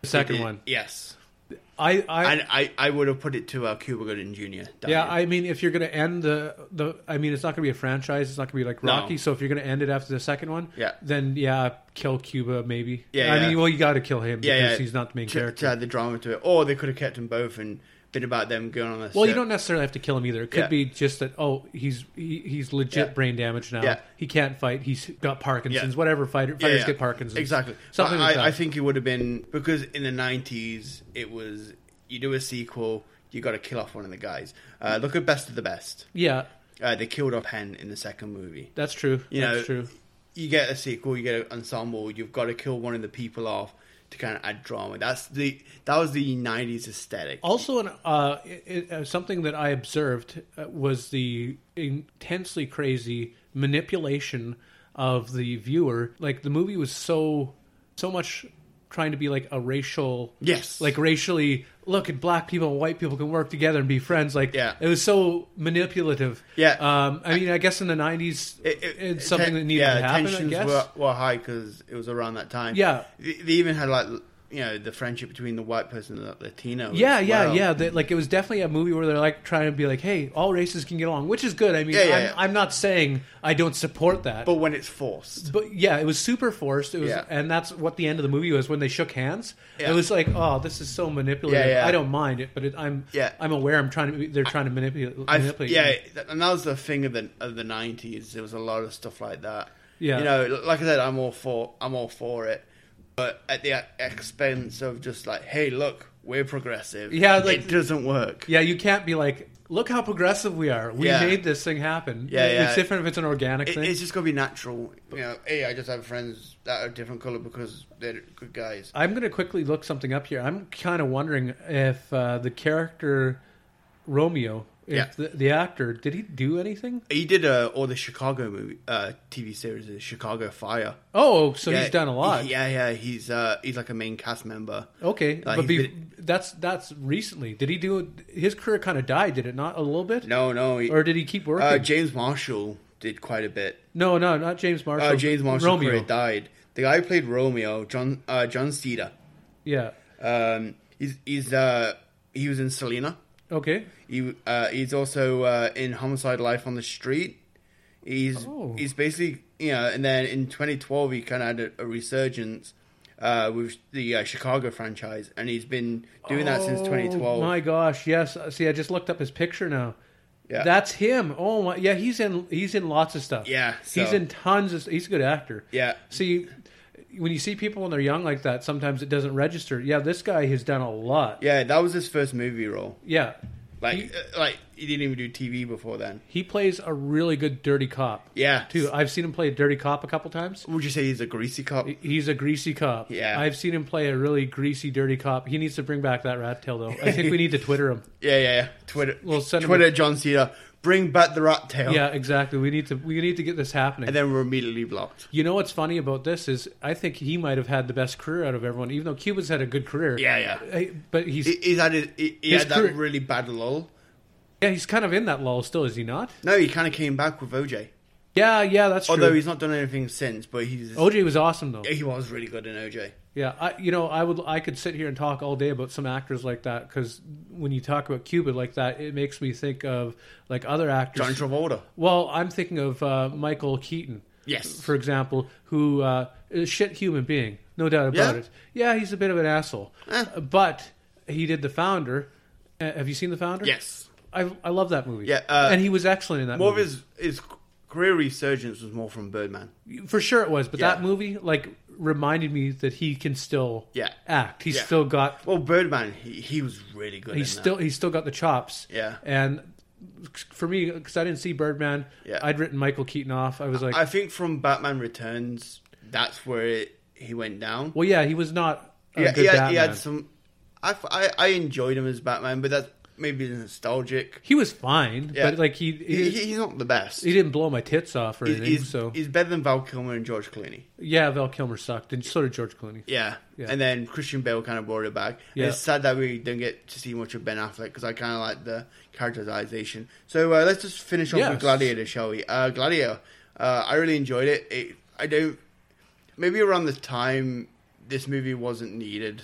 [SPEAKER 3] The second
[SPEAKER 2] It-
[SPEAKER 3] one,
[SPEAKER 2] yes.
[SPEAKER 3] I, I,
[SPEAKER 2] And I, I would have put it to uh, Cuba Gooding Jr. died.
[SPEAKER 3] yeah, I mean, if you're going to end the the, I mean, it's not going to be a franchise. It's not going to be like
[SPEAKER 2] No.
[SPEAKER 3] Rocky. So if you're going to end it after the second one,
[SPEAKER 2] Yeah.
[SPEAKER 3] then yeah, kill Cuba maybe.
[SPEAKER 2] Yeah,
[SPEAKER 3] I
[SPEAKER 2] yeah.
[SPEAKER 3] mean, well, you got to kill him
[SPEAKER 2] yeah,
[SPEAKER 3] because
[SPEAKER 2] yeah.
[SPEAKER 3] he's not the main
[SPEAKER 2] to,
[SPEAKER 3] character.
[SPEAKER 2] To add the drama to it, or they could have kept them both and been about them going on a.
[SPEAKER 3] Well, you
[SPEAKER 2] set.
[SPEAKER 3] don't necessarily have to kill him either. It could
[SPEAKER 2] Yeah.
[SPEAKER 3] be just that oh, he's he, he's legit
[SPEAKER 2] Yeah.
[SPEAKER 3] brain damaged now.
[SPEAKER 2] Yeah.
[SPEAKER 3] He can't fight. He's got Parkinson's.
[SPEAKER 2] Yeah.
[SPEAKER 3] Whatever fighter,
[SPEAKER 2] Yeah,
[SPEAKER 3] fighters
[SPEAKER 2] yeah.
[SPEAKER 3] get Parkinson's.
[SPEAKER 2] Exactly.
[SPEAKER 3] Something
[SPEAKER 2] But
[SPEAKER 3] like
[SPEAKER 2] I,
[SPEAKER 3] that.
[SPEAKER 2] I think it would have been because in the nineties it was you do a sequel, you got to kill off one of the guys. Uh, look at Best of the Best.
[SPEAKER 3] yeah,
[SPEAKER 2] Uh, they killed off Penn in the second movie.
[SPEAKER 3] that's true.
[SPEAKER 2] You know,
[SPEAKER 3] that's true.
[SPEAKER 2] You get a sequel, you get an ensemble. You've got to kill one of the people off to kind of add drama. That's the that was the nineties aesthetic.
[SPEAKER 3] Also, an, uh, it, uh, something that I observed uh, was the intensely crazy manipulation of the viewer. Like the movie was so so much trying to be like a racial
[SPEAKER 2] Yes.
[SPEAKER 3] like racially look at black people and white people can work together and be friends like
[SPEAKER 2] Yeah.
[SPEAKER 3] it was so manipulative
[SPEAKER 2] Yeah.
[SPEAKER 3] um i mean i guess in the 90s
[SPEAKER 2] It- it-
[SPEAKER 3] it's something
[SPEAKER 2] ten-
[SPEAKER 3] that needed
[SPEAKER 2] yeah,
[SPEAKER 3] to happen i
[SPEAKER 2] Tensions
[SPEAKER 3] guess
[SPEAKER 2] were, were high because it was around that time.
[SPEAKER 3] Yeah.
[SPEAKER 2] they, they even had like you know the friendship between the white person and the Latino.
[SPEAKER 3] Yeah,
[SPEAKER 2] as
[SPEAKER 3] yeah,
[SPEAKER 2] well.
[SPEAKER 3] yeah. That like it was definitely a movie where they're like trying to be like, "Hey, all races can get along," which is good. I mean,
[SPEAKER 2] Yeah, yeah,
[SPEAKER 3] I'm,
[SPEAKER 2] yeah.
[SPEAKER 3] I'm not saying I don't support that,
[SPEAKER 2] But
[SPEAKER 3] but,
[SPEAKER 2] when it's forced,
[SPEAKER 3] yeah, it was super forced. It was,
[SPEAKER 2] Yeah.
[SPEAKER 3] and that's what the end of the movie was when they shook hands.
[SPEAKER 2] Yeah.
[SPEAKER 3] It was like, "Oh, this is so manipulative."
[SPEAKER 2] Yeah, yeah.
[SPEAKER 3] I don't mind it, but it, I'm
[SPEAKER 2] Yeah.
[SPEAKER 3] I'm aware. I'm trying to. be- They're trying to manipulate.
[SPEAKER 2] I th-
[SPEAKER 3] manipulate
[SPEAKER 2] yeah,
[SPEAKER 3] me.
[SPEAKER 2] th- and that was the thing of the of the nineties. There was a lot of stuff like that.
[SPEAKER 3] Yeah.
[SPEAKER 2] you know, like I said, I'm all for I'm all for it, but at the expense of just like, hey, look, we're progressive.
[SPEAKER 3] Yeah, like-
[SPEAKER 2] it doesn't work.
[SPEAKER 3] yeah. You can't be like, "Look how progressive we are. We
[SPEAKER 2] Yeah.
[SPEAKER 3] made this thing happen."
[SPEAKER 2] Yeah, yeah.
[SPEAKER 3] It's different if it's an organic
[SPEAKER 2] It,
[SPEAKER 3] thing.
[SPEAKER 2] it's just gonna be natural. You know, hey, I just have friends that are different color because they're good guys.
[SPEAKER 3] I'm going to quickly look something up here. I'm kind of wondering if uh, the character Romeo, if
[SPEAKER 2] Yeah.
[SPEAKER 3] the, the actor, did he do anything?
[SPEAKER 2] He did uh, all the Chicago movie uh, TV series, uh, Chicago Fire.
[SPEAKER 3] Oh, so
[SPEAKER 2] Yeah,
[SPEAKER 3] he's done a lot.
[SPEAKER 2] Yeah, yeah, he's uh, he's like a main cast member.
[SPEAKER 3] Okay,
[SPEAKER 2] Like,
[SPEAKER 3] but
[SPEAKER 2] he's
[SPEAKER 3] be, that's that's recently. Did he do his career? Kind of died, did it not? A little bit,
[SPEAKER 2] No, no, he,
[SPEAKER 3] or did he keep working?
[SPEAKER 2] uh, James Marshall did quite a bit.
[SPEAKER 3] no, no, not James Marshall.
[SPEAKER 2] Uh, James Marshall
[SPEAKER 3] Romeo.
[SPEAKER 2] Career died. The guy who played Romeo, John uh, John Cedar.
[SPEAKER 3] Yeah.
[SPEAKER 2] Um, he's he's uh, he was in Selena.
[SPEAKER 3] Okay.
[SPEAKER 2] He uh, he's also uh, in Homicide: Life on the Street. He's
[SPEAKER 3] Oh.
[SPEAKER 2] he's basically you know, and then in 2012 he kind of had a, a resurgence uh, with the uh, Chicago franchise, and he's been doing that since
[SPEAKER 3] Oh,
[SPEAKER 2] 2012.
[SPEAKER 3] My gosh, yes. Uh, See, I just looked up his picture now.
[SPEAKER 2] Yeah.
[SPEAKER 3] That's him. Oh my, yeah. He's in. He's in lots of stuff.
[SPEAKER 2] Yeah,
[SPEAKER 3] he's
[SPEAKER 2] so-
[SPEAKER 3] in tons of. He's a good actor.
[SPEAKER 2] Yeah.
[SPEAKER 3] See, when you see people when they're young like that, sometimes it doesn't register. Yeah, this guy has done a lot.
[SPEAKER 2] Yeah, that was his first movie role.
[SPEAKER 3] Yeah.
[SPEAKER 2] Like
[SPEAKER 3] he,
[SPEAKER 2] uh, like he didn't even do TV before then.
[SPEAKER 3] he plays a really good dirty cop.
[SPEAKER 2] Yeah.
[SPEAKER 3] Too. I've seen him play a dirty cop a couple times.
[SPEAKER 2] Would you say he's a greasy cop?
[SPEAKER 3] He's a greasy cop.
[SPEAKER 2] Yeah.
[SPEAKER 3] I've seen him play a really greasy, dirty cop. He needs to bring back that rat tail though. I think we need to Twitter him.
[SPEAKER 2] Yeah, yeah, yeah. Twitter.
[SPEAKER 3] We'll send him
[SPEAKER 2] Twitter
[SPEAKER 3] a-
[SPEAKER 2] John Cena. Bring back the rat tail.
[SPEAKER 3] Yeah, exactly. We need to we need to get this happening.
[SPEAKER 2] And then we're immediately blocked.
[SPEAKER 3] You know what's funny about this is I think he might have had the best career out of everyone, even though Cuba's had a good career.
[SPEAKER 2] Yeah, yeah.
[SPEAKER 3] I- But he's
[SPEAKER 2] He- He's had, his, he, he
[SPEAKER 3] His
[SPEAKER 2] had
[SPEAKER 3] career-
[SPEAKER 2] that really bad lull.
[SPEAKER 3] yeah he's kind of in that lull still, is he not?
[SPEAKER 2] No, he kind of came back with OJ.
[SPEAKER 3] Yeah, yeah, that's true. Oh.
[SPEAKER 2] Although he's not done anything since, but he's
[SPEAKER 3] OJ was awesome though.
[SPEAKER 2] he was really good in OJ.
[SPEAKER 3] Yeah, I, you know, I would, I could sit here and talk all day about some actors like that because when you talk about Cuba like that, it makes me think of like other actors.
[SPEAKER 2] John Travolta.
[SPEAKER 3] Well, I'm thinking of uh, Michael Keaton.
[SPEAKER 2] Yes.
[SPEAKER 3] For example, who uh, is a shit human being, no doubt about
[SPEAKER 2] Yeah.
[SPEAKER 3] it. Yeah, he's a bit of an asshole,
[SPEAKER 2] Eh.
[SPEAKER 3] but he did The Founder. Uh, have you seen The Founder?
[SPEAKER 2] Yes.
[SPEAKER 3] I, I love that movie.
[SPEAKER 2] Yeah, uh,
[SPEAKER 3] and he was excellent in that.
[SPEAKER 2] More of
[SPEAKER 3] movie.
[SPEAKER 2] his his career resurgence was more from Birdman.
[SPEAKER 3] For sure it was, but that
[SPEAKER 2] Yeah.
[SPEAKER 3] movie like reminded me that he can still
[SPEAKER 2] Yeah.
[SPEAKER 3] act. He's
[SPEAKER 2] Yeah.
[SPEAKER 3] still got
[SPEAKER 2] Well, Birdman, he, he was really good.
[SPEAKER 3] he's
[SPEAKER 2] in that.
[SPEAKER 3] still he's still got the chops.
[SPEAKER 2] Yeah.
[SPEAKER 3] And for me, because I didn't see Birdman,
[SPEAKER 2] Yeah.
[SPEAKER 3] I'd written Michael Keaton off. I was like,
[SPEAKER 2] I think from Batman Returns, that's where it, he went down.
[SPEAKER 3] well, yeah, he was not a
[SPEAKER 2] yeah,
[SPEAKER 3] Oh, good
[SPEAKER 2] he had,
[SPEAKER 3] Batman.
[SPEAKER 2] he
[SPEAKER 3] He,
[SPEAKER 2] had some. I, f- I- I enjoyed him as Batman, but that's maybe nostalgic.
[SPEAKER 3] was fine,
[SPEAKER 2] Yeah.
[SPEAKER 3] but like he he,
[SPEAKER 2] He, he's not the best.
[SPEAKER 3] he didn't blow my tits off or
[SPEAKER 2] He's-
[SPEAKER 3] anything.
[SPEAKER 2] he's,
[SPEAKER 3] so
[SPEAKER 2] he's better than Val Kilmer and George Clooney.
[SPEAKER 3] yeah, Val Kilmer sucked, and so did George Clooney.
[SPEAKER 2] Yeah.
[SPEAKER 3] Yeah.
[SPEAKER 2] And then Christian Bale kind of brought it back.
[SPEAKER 3] Yeah.
[SPEAKER 2] And it's sad that we didn't get to see much of Ben Affleck because I kind of like the characterization. So uh, let's just finish off
[SPEAKER 3] Yes.
[SPEAKER 2] with Gladiator, shall we? Uh, Gladiator, uh, I really enjoyed it. it. I don't. Maybe around the time this movie wasn't needed.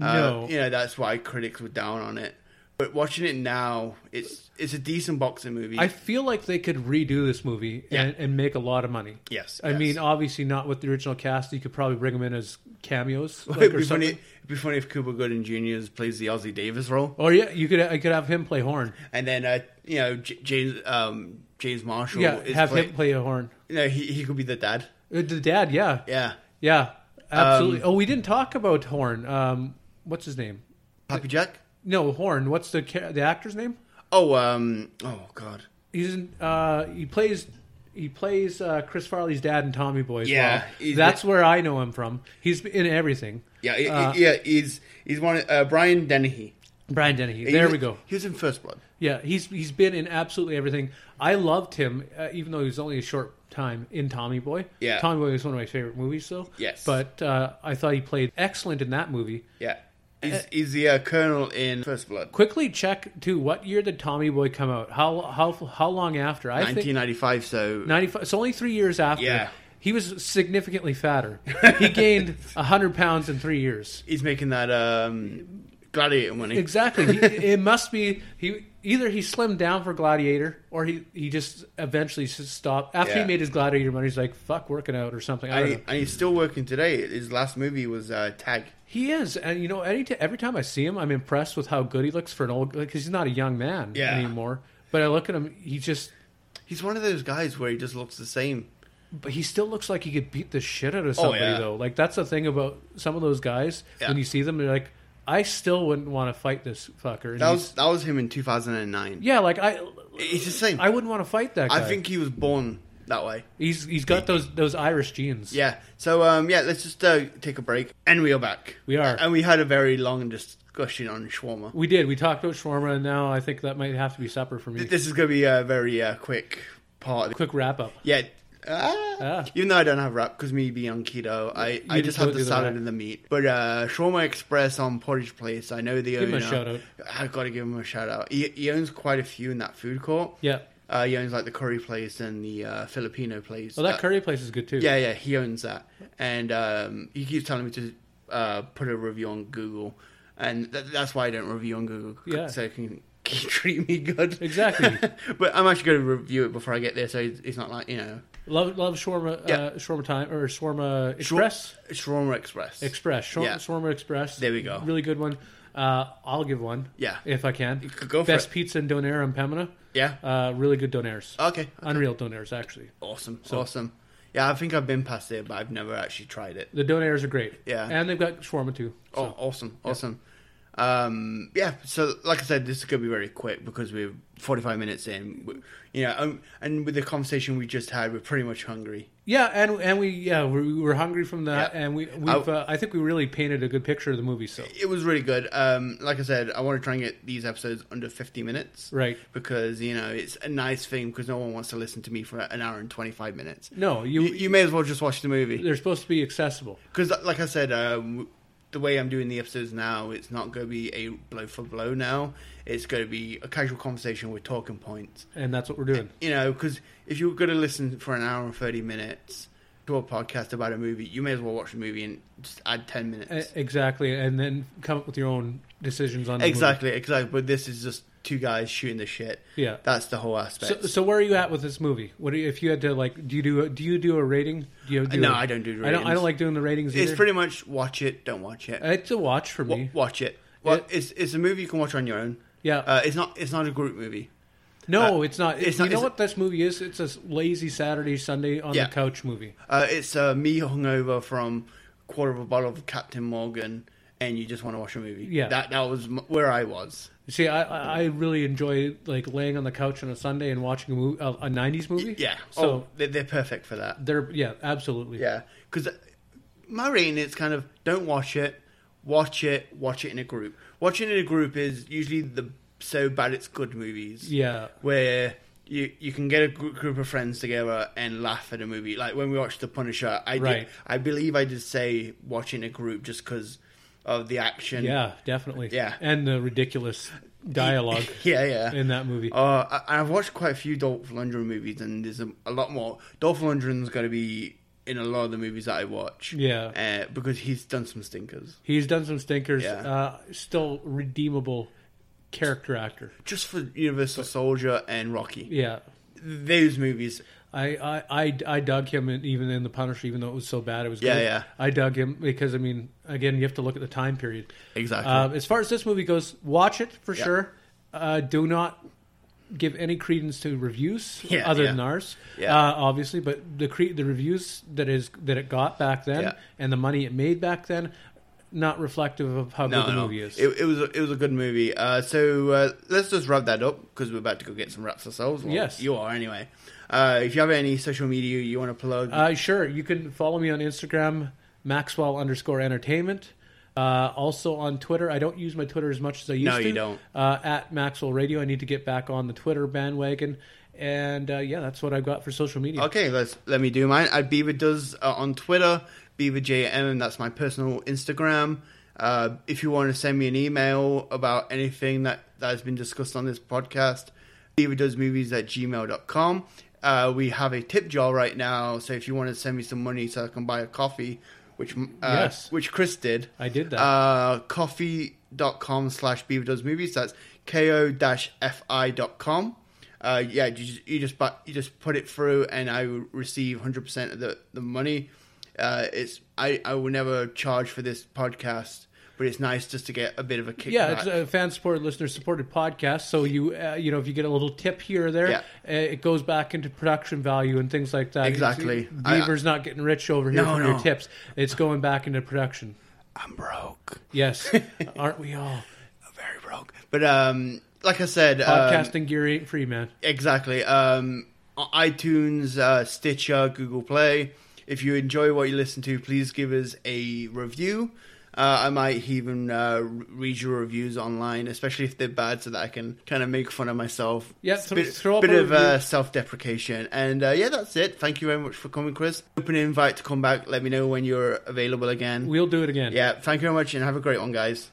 [SPEAKER 2] Uh,
[SPEAKER 3] No.
[SPEAKER 2] You know, that's why critics were down on it. But watching it now, it's it's a decent boxing movie.
[SPEAKER 3] I feel like they could redo this movie
[SPEAKER 2] Yeah.
[SPEAKER 3] and, and make a lot of money.
[SPEAKER 2] Yes,
[SPEAKER 3] I
[SPEAKER 2] yes.
[SPEAKER 3] mean, obviously not with the original cast. You could probably bring them in as cameos, like,
[SPEAKER 2] it'd,
[SPEAKER 3] or
[SPEAKER 2] be funny,
[SPEAKER 3] something.
[SPEAKER 2] it'd be funny if Cooper Gooden Jr. plays the Aussie Davis role.
[SPEAKER 3] Or yeah, you could I could have him play horn.
[SPEAKER 2] and then uh, you know J- James um, James Marshall.
[SPEAKER 3] Yeah,
[SPEAKER 2] is
[SPEAKER 3] have
[SPEAKER 2] play-
[SPEAKER 3] him play a horn.
[SPEAKER 2] You know, he he could be the dad.
[SPEAKER 3] Uh, The dad, yeah,
[SPEAKER 2] Yeah, Um,
[SPEAKER 3] Yeah, absolutely. oh, we didn't talk about Horn. Um, what's his name?
[SPEAKER 2] Pappy Jack.
[SPEAKER 3] No, Horn. What's the ca- the actor's name?
[SPEAKER 2] Oh um oh god.
[SPEAKER 3] He's in, uh, he plays he plays uh, Chris Farley's dad in Tommy Boy. As
[SPEAKER 2] Yeah,
[SPEAKER 3] well.
[SPEAKER 2] he's-
[SPEAKER 3] that's where I know him from. He's in everything.
[SPEAKER 2] Yeah, he- he-
[SPEAKER 3] Uh,
[SPEAKER 2] yeah, he's he's one uh, Brian Dennehy.
[SPEAKER 3] Brian Dennehy.
[SPEAKER 2] He
[SPEAKER 3] There
[SPEAKER 2] was-
[SPEAKER 3] we go.
[SPEAKER 2] He was in First Blood.
[SPEAKER 3] Yeah, he's he's been in absolutely everything. I loved him, uh, even though he was only a short time in Tommy Boy.
[SPEAKER 2] Yeah.
[SPEAKER 3] Tommy Boy was one of my favorite movies, though.
[SPEAKER 2] Yes.
[SPEAKER 3] but uh, I thought he played excellent in that movie.
[SPEAKER 2] Yeah, he's, he's the uh, colonel in First Blood.
[SPEAKER 3] quickly check too what year did tommy boy come out how how how long after i
[SPEAKER 2] Nineteen
[SPEAKER 3] think
[SPEAKER 2] ninety five. So
[SPEAKER 3] 95 it's only three years after
[SPEAKER 2] Yeah.
[SPEAKER 3] he was significantly fatter he gained 100 pounds in three years
[SPEAKER 2] he's making that um gladiator money.
[SPEAKER 3] exactly he, it must be he either he slimmed down for gladiator or he, he just eventually s- stopped after he
[SPEAKER 2] Yeah.
[SPEAKER 3] made his gladiator money he's like fuck working out or something i don't know
[SPEAKER 2] And, and he's still working today. His last movie was uh, Tag.
[SPEAKER 3] he is and you know any t- every time i see him i'm impressed with how good he looks for an old because he's not a young man
[SPEAKER 2] Yeah.
[SPEAKER 3] anymore but i look at him he just
[SPEAKER 2] He's one of those guys where he just looks the same.
[SPEAKER 3] But he still looks like he could beat the shit out of somebody,
[SPEAKER 2] Oh, yeah.
[SPEAKER 3] though. Like that's the thing about some of those guys.
[SPEAKER 2] Yeah.
[SPEAKER 3] When you see them, they're like, I still wouldn't want to fight this fucker. And
[SPEAKER 2] That
[SPEAKER 3] he's-
[SPEAKER 2] was that was him in two thousand and nine.
[SPEAKER 3] yeah, like I,
[SPEAKER 2] He's the same.
[SPEAKER 3] I wouldn't want to fight that. guy.
[SPEAKER 2] I think he was born that way.
[SPEAKER 3] he's he's got those those Irish genes.
[SPEAKER 2] Yeah. So um, yeah, let's just uh, take a break, and we are back.
[SPEAKER 3] We are.
[SPEAKER 2] and we had a very long discussion on shawarma.
[SPEAKER 3] we did. We talked about shawarma, and now I think that might have to be supper for me.
[SPEAKER 2] This is going to be a very uh, quick part. Of the-
[SPEAKER 3] Quick wrap up.
[SPEAKER 2] yeah.
[SPEAKER 3] Ah.
[SPEAKER 2] Ah. Even though I don't have wrap because me being on keto, I, I
[SPEAKER 3] You
[SPEAKER 2] just
[SPEAKER 3] don't
[SPEAKER 2] have
[SPEAKER 3] do
[SPEAKER 2] the
[SPEAKER 3] the
[SPEAKER 2] salad
[SPEAKER 3] wrap.
[SPEAKER 2] and the meat. But uh, Shawarma Express on Portage Place, I know the
[SPEAKER 3] Give him
[SPEAKER 2] owner.
[SPEAKER 3] a shout out.
[SPEAKER 2] I got to give him a shout out. He, he owns quite a few in that food court.
[SPEAKER 3] Yeah.
[SPEAKER 2] Uh, he owns like the curry place and the uh, Filipino place.
[SPEAKER 3] Well, Oh, that
[SPEAKER 2] Uh,
[SPEAKER 3] curry place is good too.
[SPEAKER 2] Yeah, yeah, he owns that, and um, he keeps telling me to uh, put a review on Google, and th- that's why I don't review on Google. c-
[SPEAKER 3] Yeah.
[SPEAKER 2] so it can can treat me good.
[SPEAKER 3] Exactly.
[SPEAKER 2] but I'm actually going to review it before I get there, so it's it's not like you know
[SPEAKER 3] Love love shawarma. Uh,
[SPEAKER 2] Yeah.
[SPEAKER 3] shawarma time or shawarma express.
[SPEAKER 2] Shawarma Express.
[SPEAKER 3] Express. Shawarma,
[SPEAKER 2] Yeah.
[SPEAKER 3] shawarma Express.
[SPEAKER 2] There we go.
[SPEAKER 3] Really good one. Uh, I'll give one.
[SPEAKER 2] Yeah.
[SPEAKER 3] If I can.
[SPEAKER 2] c- go for
[SPEAKER 3] Best
[SPEAKER 2] it.
[SPEAKER 3] pizza and donair in Pemina.
[SPEAKER 2] Yeah. Oh,
[SPEAKER 3] Uh, really good donairs.
[SPEAKER 2] okay.
[SPEAKER 3] Unreal donairs, actually.
[SPEAKER 2] Awesome.
[SPEAKER 3] Oh.
[SPEAKER 2] Awesome. Yeah, I think I've been past there, but I've never actually tried it.
[SPEAKER 3] The donairs are great.
[SPEAKER 2] Yeah.
[SPEAKER 3] And they've got shawarma too.
[SPEAKER 2] Oh, awesome, awesome. Um, yeah, so like I said, this is going to be very quick because we're 45 minutes in. We- You know, um, and with the conversation we just had, we're pretty much hungry.
[SPEAKER 3] Yeah, and and we yeah we we were hungry from that,
[SPEAKER 2] Yeah.
[SPEAKER 3] and we we've,
[SPEAKER 2] I-
[SPEAKER 3] I, uh, I think we really painted a good picture of the movie. So
[SPEAKER 2] It was really good. Um, like I said, I want to try and get these episodes under 50 minutes.
[SPEAKER 3] Right.
[SPEAKER 2] Because, you know, it's a nice thing because no one wants to listen to me for an hour and 25 minutes.
[SPEAKER 3] no, you,
[SPEAKER 2] You, you may as well just watch the movie.
[SPEAKER 3] they're supposed to be accessible.
[SPEAKER 2] Because, like I said, um, the way I'm doing the episodes now, it's not going to be a blow for blow now. It's going to be a casual conversation with talking points.
[SPEAKER 3] and that's what we're doing.
[SPEAKER 2] You know, because if you're going to listen for an hour and 30 minutes to a podcast about a movie, you may as well watch the movie and just add 10 minutes.
[SPEAKER 3] E- Exactly, and then come up with your own decisions on the movie.
[SPEAKER 2] Exactly, exactly. But this is just two guys shooting the shit.
[SPEAKER 3] Yeah.
[SPEAKER 2] that's the whole aspect.
[SPEAKER 3] So, so where are you at with this movie? What do you, if you had to like? Do you do a, do you do a rating? Do you do
[SPEAKER 2] No,
[SPEAKER 3] I
[SPEAKER 2] I don't do
[SPEAKER 3] I don't. I
[SPEAKER 2] ratings.
[SPEAKER 3] don't like doing the ratings.
[SPEAKER 2] it's
[SPEAKER 3] either.
[SPEAKER 2] pretty much watch it, don't watch it.
[SPEAKER 3] It's a watch for
[SPEAKER 2] Wa
[SPEAKER 3] me.
[SPEAKER 2] watch it. Well,
[SPEAKER 3] It-
[SPEAKER 2] it's it's a movie you can watch on your own.
[SPEAKER 3] Yeah.
[SPEAKER 2] Uh, it's not it's not a group movie.
[SPEAKER 3] no,
[SPEAKER 2] uh,
[SPEAKER 3] it's not.
[SPEAKER 2] it's
[SPEAKER 3] you
[SPEAKER 2] not-
[SPEAKER 3] know
[SPEAKER 2] it's-
[SPEAKER 3] what this movie is? It's a lazy Saturday, Sunday on
[SPEAKER 2] Yeah.
[SPEAKER 3] the couch movie.
[SPEAKER 2] Uh, it's uh, me hungover from quarter of a bottle of Captain Morgan, and you just want to watch a movie.
[SPEAKER 3] Yeah.
[SPEAKER 2] that that was m- where I was.
[SPEAKER 3] You See, I- I, I really enjoy like laying on the couch on a Sunday and watching a movie, a, a '90s movie.
[SPEAKER 2] Yeah.
[SPEAKER 3] So
[SPEAKER 2] oh, they're, they're perfect for that.
[SPEAKER 3] they're yeah, absolutely.
[SPEAKER 2] Yeah, because my rating is kind of don't watch it, watch it, watch it in a group. Watching in a group is usually the so bad it's good movies.
[SPEAKER 3] Yeah.
[SPEAKER 2] where you you can get a gr- group of friends together and laugh at a movie. Like when we watched The Punisher, I
[SPEAKER 3] Right.
[SPEAKER 2] did, I believe I did say watching a group just because of the action.
[SPEAKER 3] Yeah, definitely.
[SPEAKER 2] Yeah.
[SPEAKER 3] and the ridiculous dialogue
[SPEAKER 2] yeah, yeah.
[SPEAKER 3] in that movie.
[SPEAKER 2] Uh, I- I've watched quite a few Dolph Lundgren movies, and there's a, a lot more. Dolph Lundgren's going to be in a lot of the movies that I watch.
[SPEAKER 3] Yeah.
[SPEAKER 2] uh, because he's done some stinkers.
[SPEAKER 3] He's done some stinkers.
[SPEAKER 2] Yeah.
[SPEAKER 3] Uh, still redeemable character actor.
[SPEAKER 2] Just for Universal Soldier and Rocky,
[SPEAKER 3] Yeah.
[SPEAKER 2] those movies.
[SPEAKER 3] I, I, I, I dug him in, even in The Punisher, even though it was so bad. It was
[SPEAKER 2] Yeah,
[SPEAKER 3] good.
[SPEAKER 2] yeah.
[SPEAKER 3] I dug him because, I mean, again, you have to look at the time period.
[SPEAKER 2] Exactly.
[SPEAKER 3] Um, as far as this movie goes, watch it for
[SPEAKER 2] Yeah.
[SPEAKER 3] sure. Uh, do not give any credence to reviews
[SPEAKER 2] Yeah,
[SPEAKER 3] other
[SPEAKER 2] yeah.
[SPEAKER 3] than ours,
[SPEAKER 2] Yeah.
[SPEAKER 3] uh, obviously. But the cre- the reviews that is that it got back then
[SPEAKER 2] Yeah.
[SPEAKER 3] and the money it made back then, not reflective of how
[SPEAKER 2] No,
[SPEAKER 3] good the
[SPEAKER 2] no,
[SPEAKER 3] movie is.
[SPEAKER 2] It, it was a, it was a good movie. Uh, so uh, let's just wrap that up because we're about to go get some wraps ourselves. Well,
[SPEAKER 3] Yes.
[SPEAKER 2] you are anyway. Uh, if you have any social media you want to plug,
[SPEAKER 3] Uh, sure. You can follow me on Instagram, Maxwell underscore entertainment. Uh, also on Twitter. I don't use my Twitter as much as I used
[SPEAKER 2] No,
[SPEAKER 3] to.
[SPEAKER 2] you don't.
[SPEAKER 3] Uh, at Maxwell Radio. I need to get back on the Twitter bandwagon. And uh, yeah, that's what I've got for social media.
[SPEAKER 2] okay, let's let me do mine. I Beaver does uh, on Twitter, Beaver JM. That's my personal Instagram. Uh, if you want to send me an email about anything that, that has been discussed on this podcast, beaverdoesmovies at gmail.com. Uh, we have a tip jar right now, so if you want to send me some money so I can buy a coffee, which uh,
[SPEAKER 3] Yes.
[SPEAKER 2] which Chris did,
[SPEAKER 3] I did that.
[SPEAKER 2] Uh, coffee.com slash beaver does movies. That's ko-fi.com. Uh, yeah, you just you just, bu- you just put it through, and I will receive hundred percent of the the money. Uh, it's I I will never charge for this podcast, but it's nice just to get a bit of a kickback.
[SPEAKER 3] Yeah, it's a fan supported, listener supported podcast. So you, uh, you know, if you get a little tip here or there,
[SPEAKER 2] Yeah.
[SPEAKER 3] uh, it goes back into production value and things like that.
[SPEAKER 2] Exactly.
[SPEAKER 3] It's-
[SPEAKER 2] I-
[SPEAKER 3] Beaver's not getting rich over here
[SPEAKER 2] No,
[SPEAKER 3] from
[SPEAKER 2] no.
[SPEAKER 3] your tips. It's going back into production.
[SPEAKER 2] I'm broke,
[SPEAKER 3] Yes, aren't we all?
[SPEAKER 2] very broke. But um, like I said, um,
[SPEAKER 3] Podcasting gear ain't free, man.
[SPEAKER 2] Exactly. Um, iTunes, uh, Stitcher, Google Play. If you enjoy what you listen to, please give us a review. Uh, I might even uh, read your reviews online, especially if they're bad, so that I can kind of make fun of myself.
[SPEAKER 3] Yeah,
[SPEAKER 2] It's a
[SPEAKER 3] throw-
[SPEAKER 2] bit,
[SPEAKER 3] throw up
[SPEAKER 2] bit
[SPEAKER 3] a
[SPEAKER 2] of uh,
[SPEAKER 3] review.
[SPEAKER 2] self-deprecation. And uh, yeah, that's it. Thank you very much for coming, Chris. Open invite to come back. Let me know when you're available again.
[SPEAKER 3] We'll do it again.
[SPEAKER 2] yeah, thank you very much, and have a great one, guys.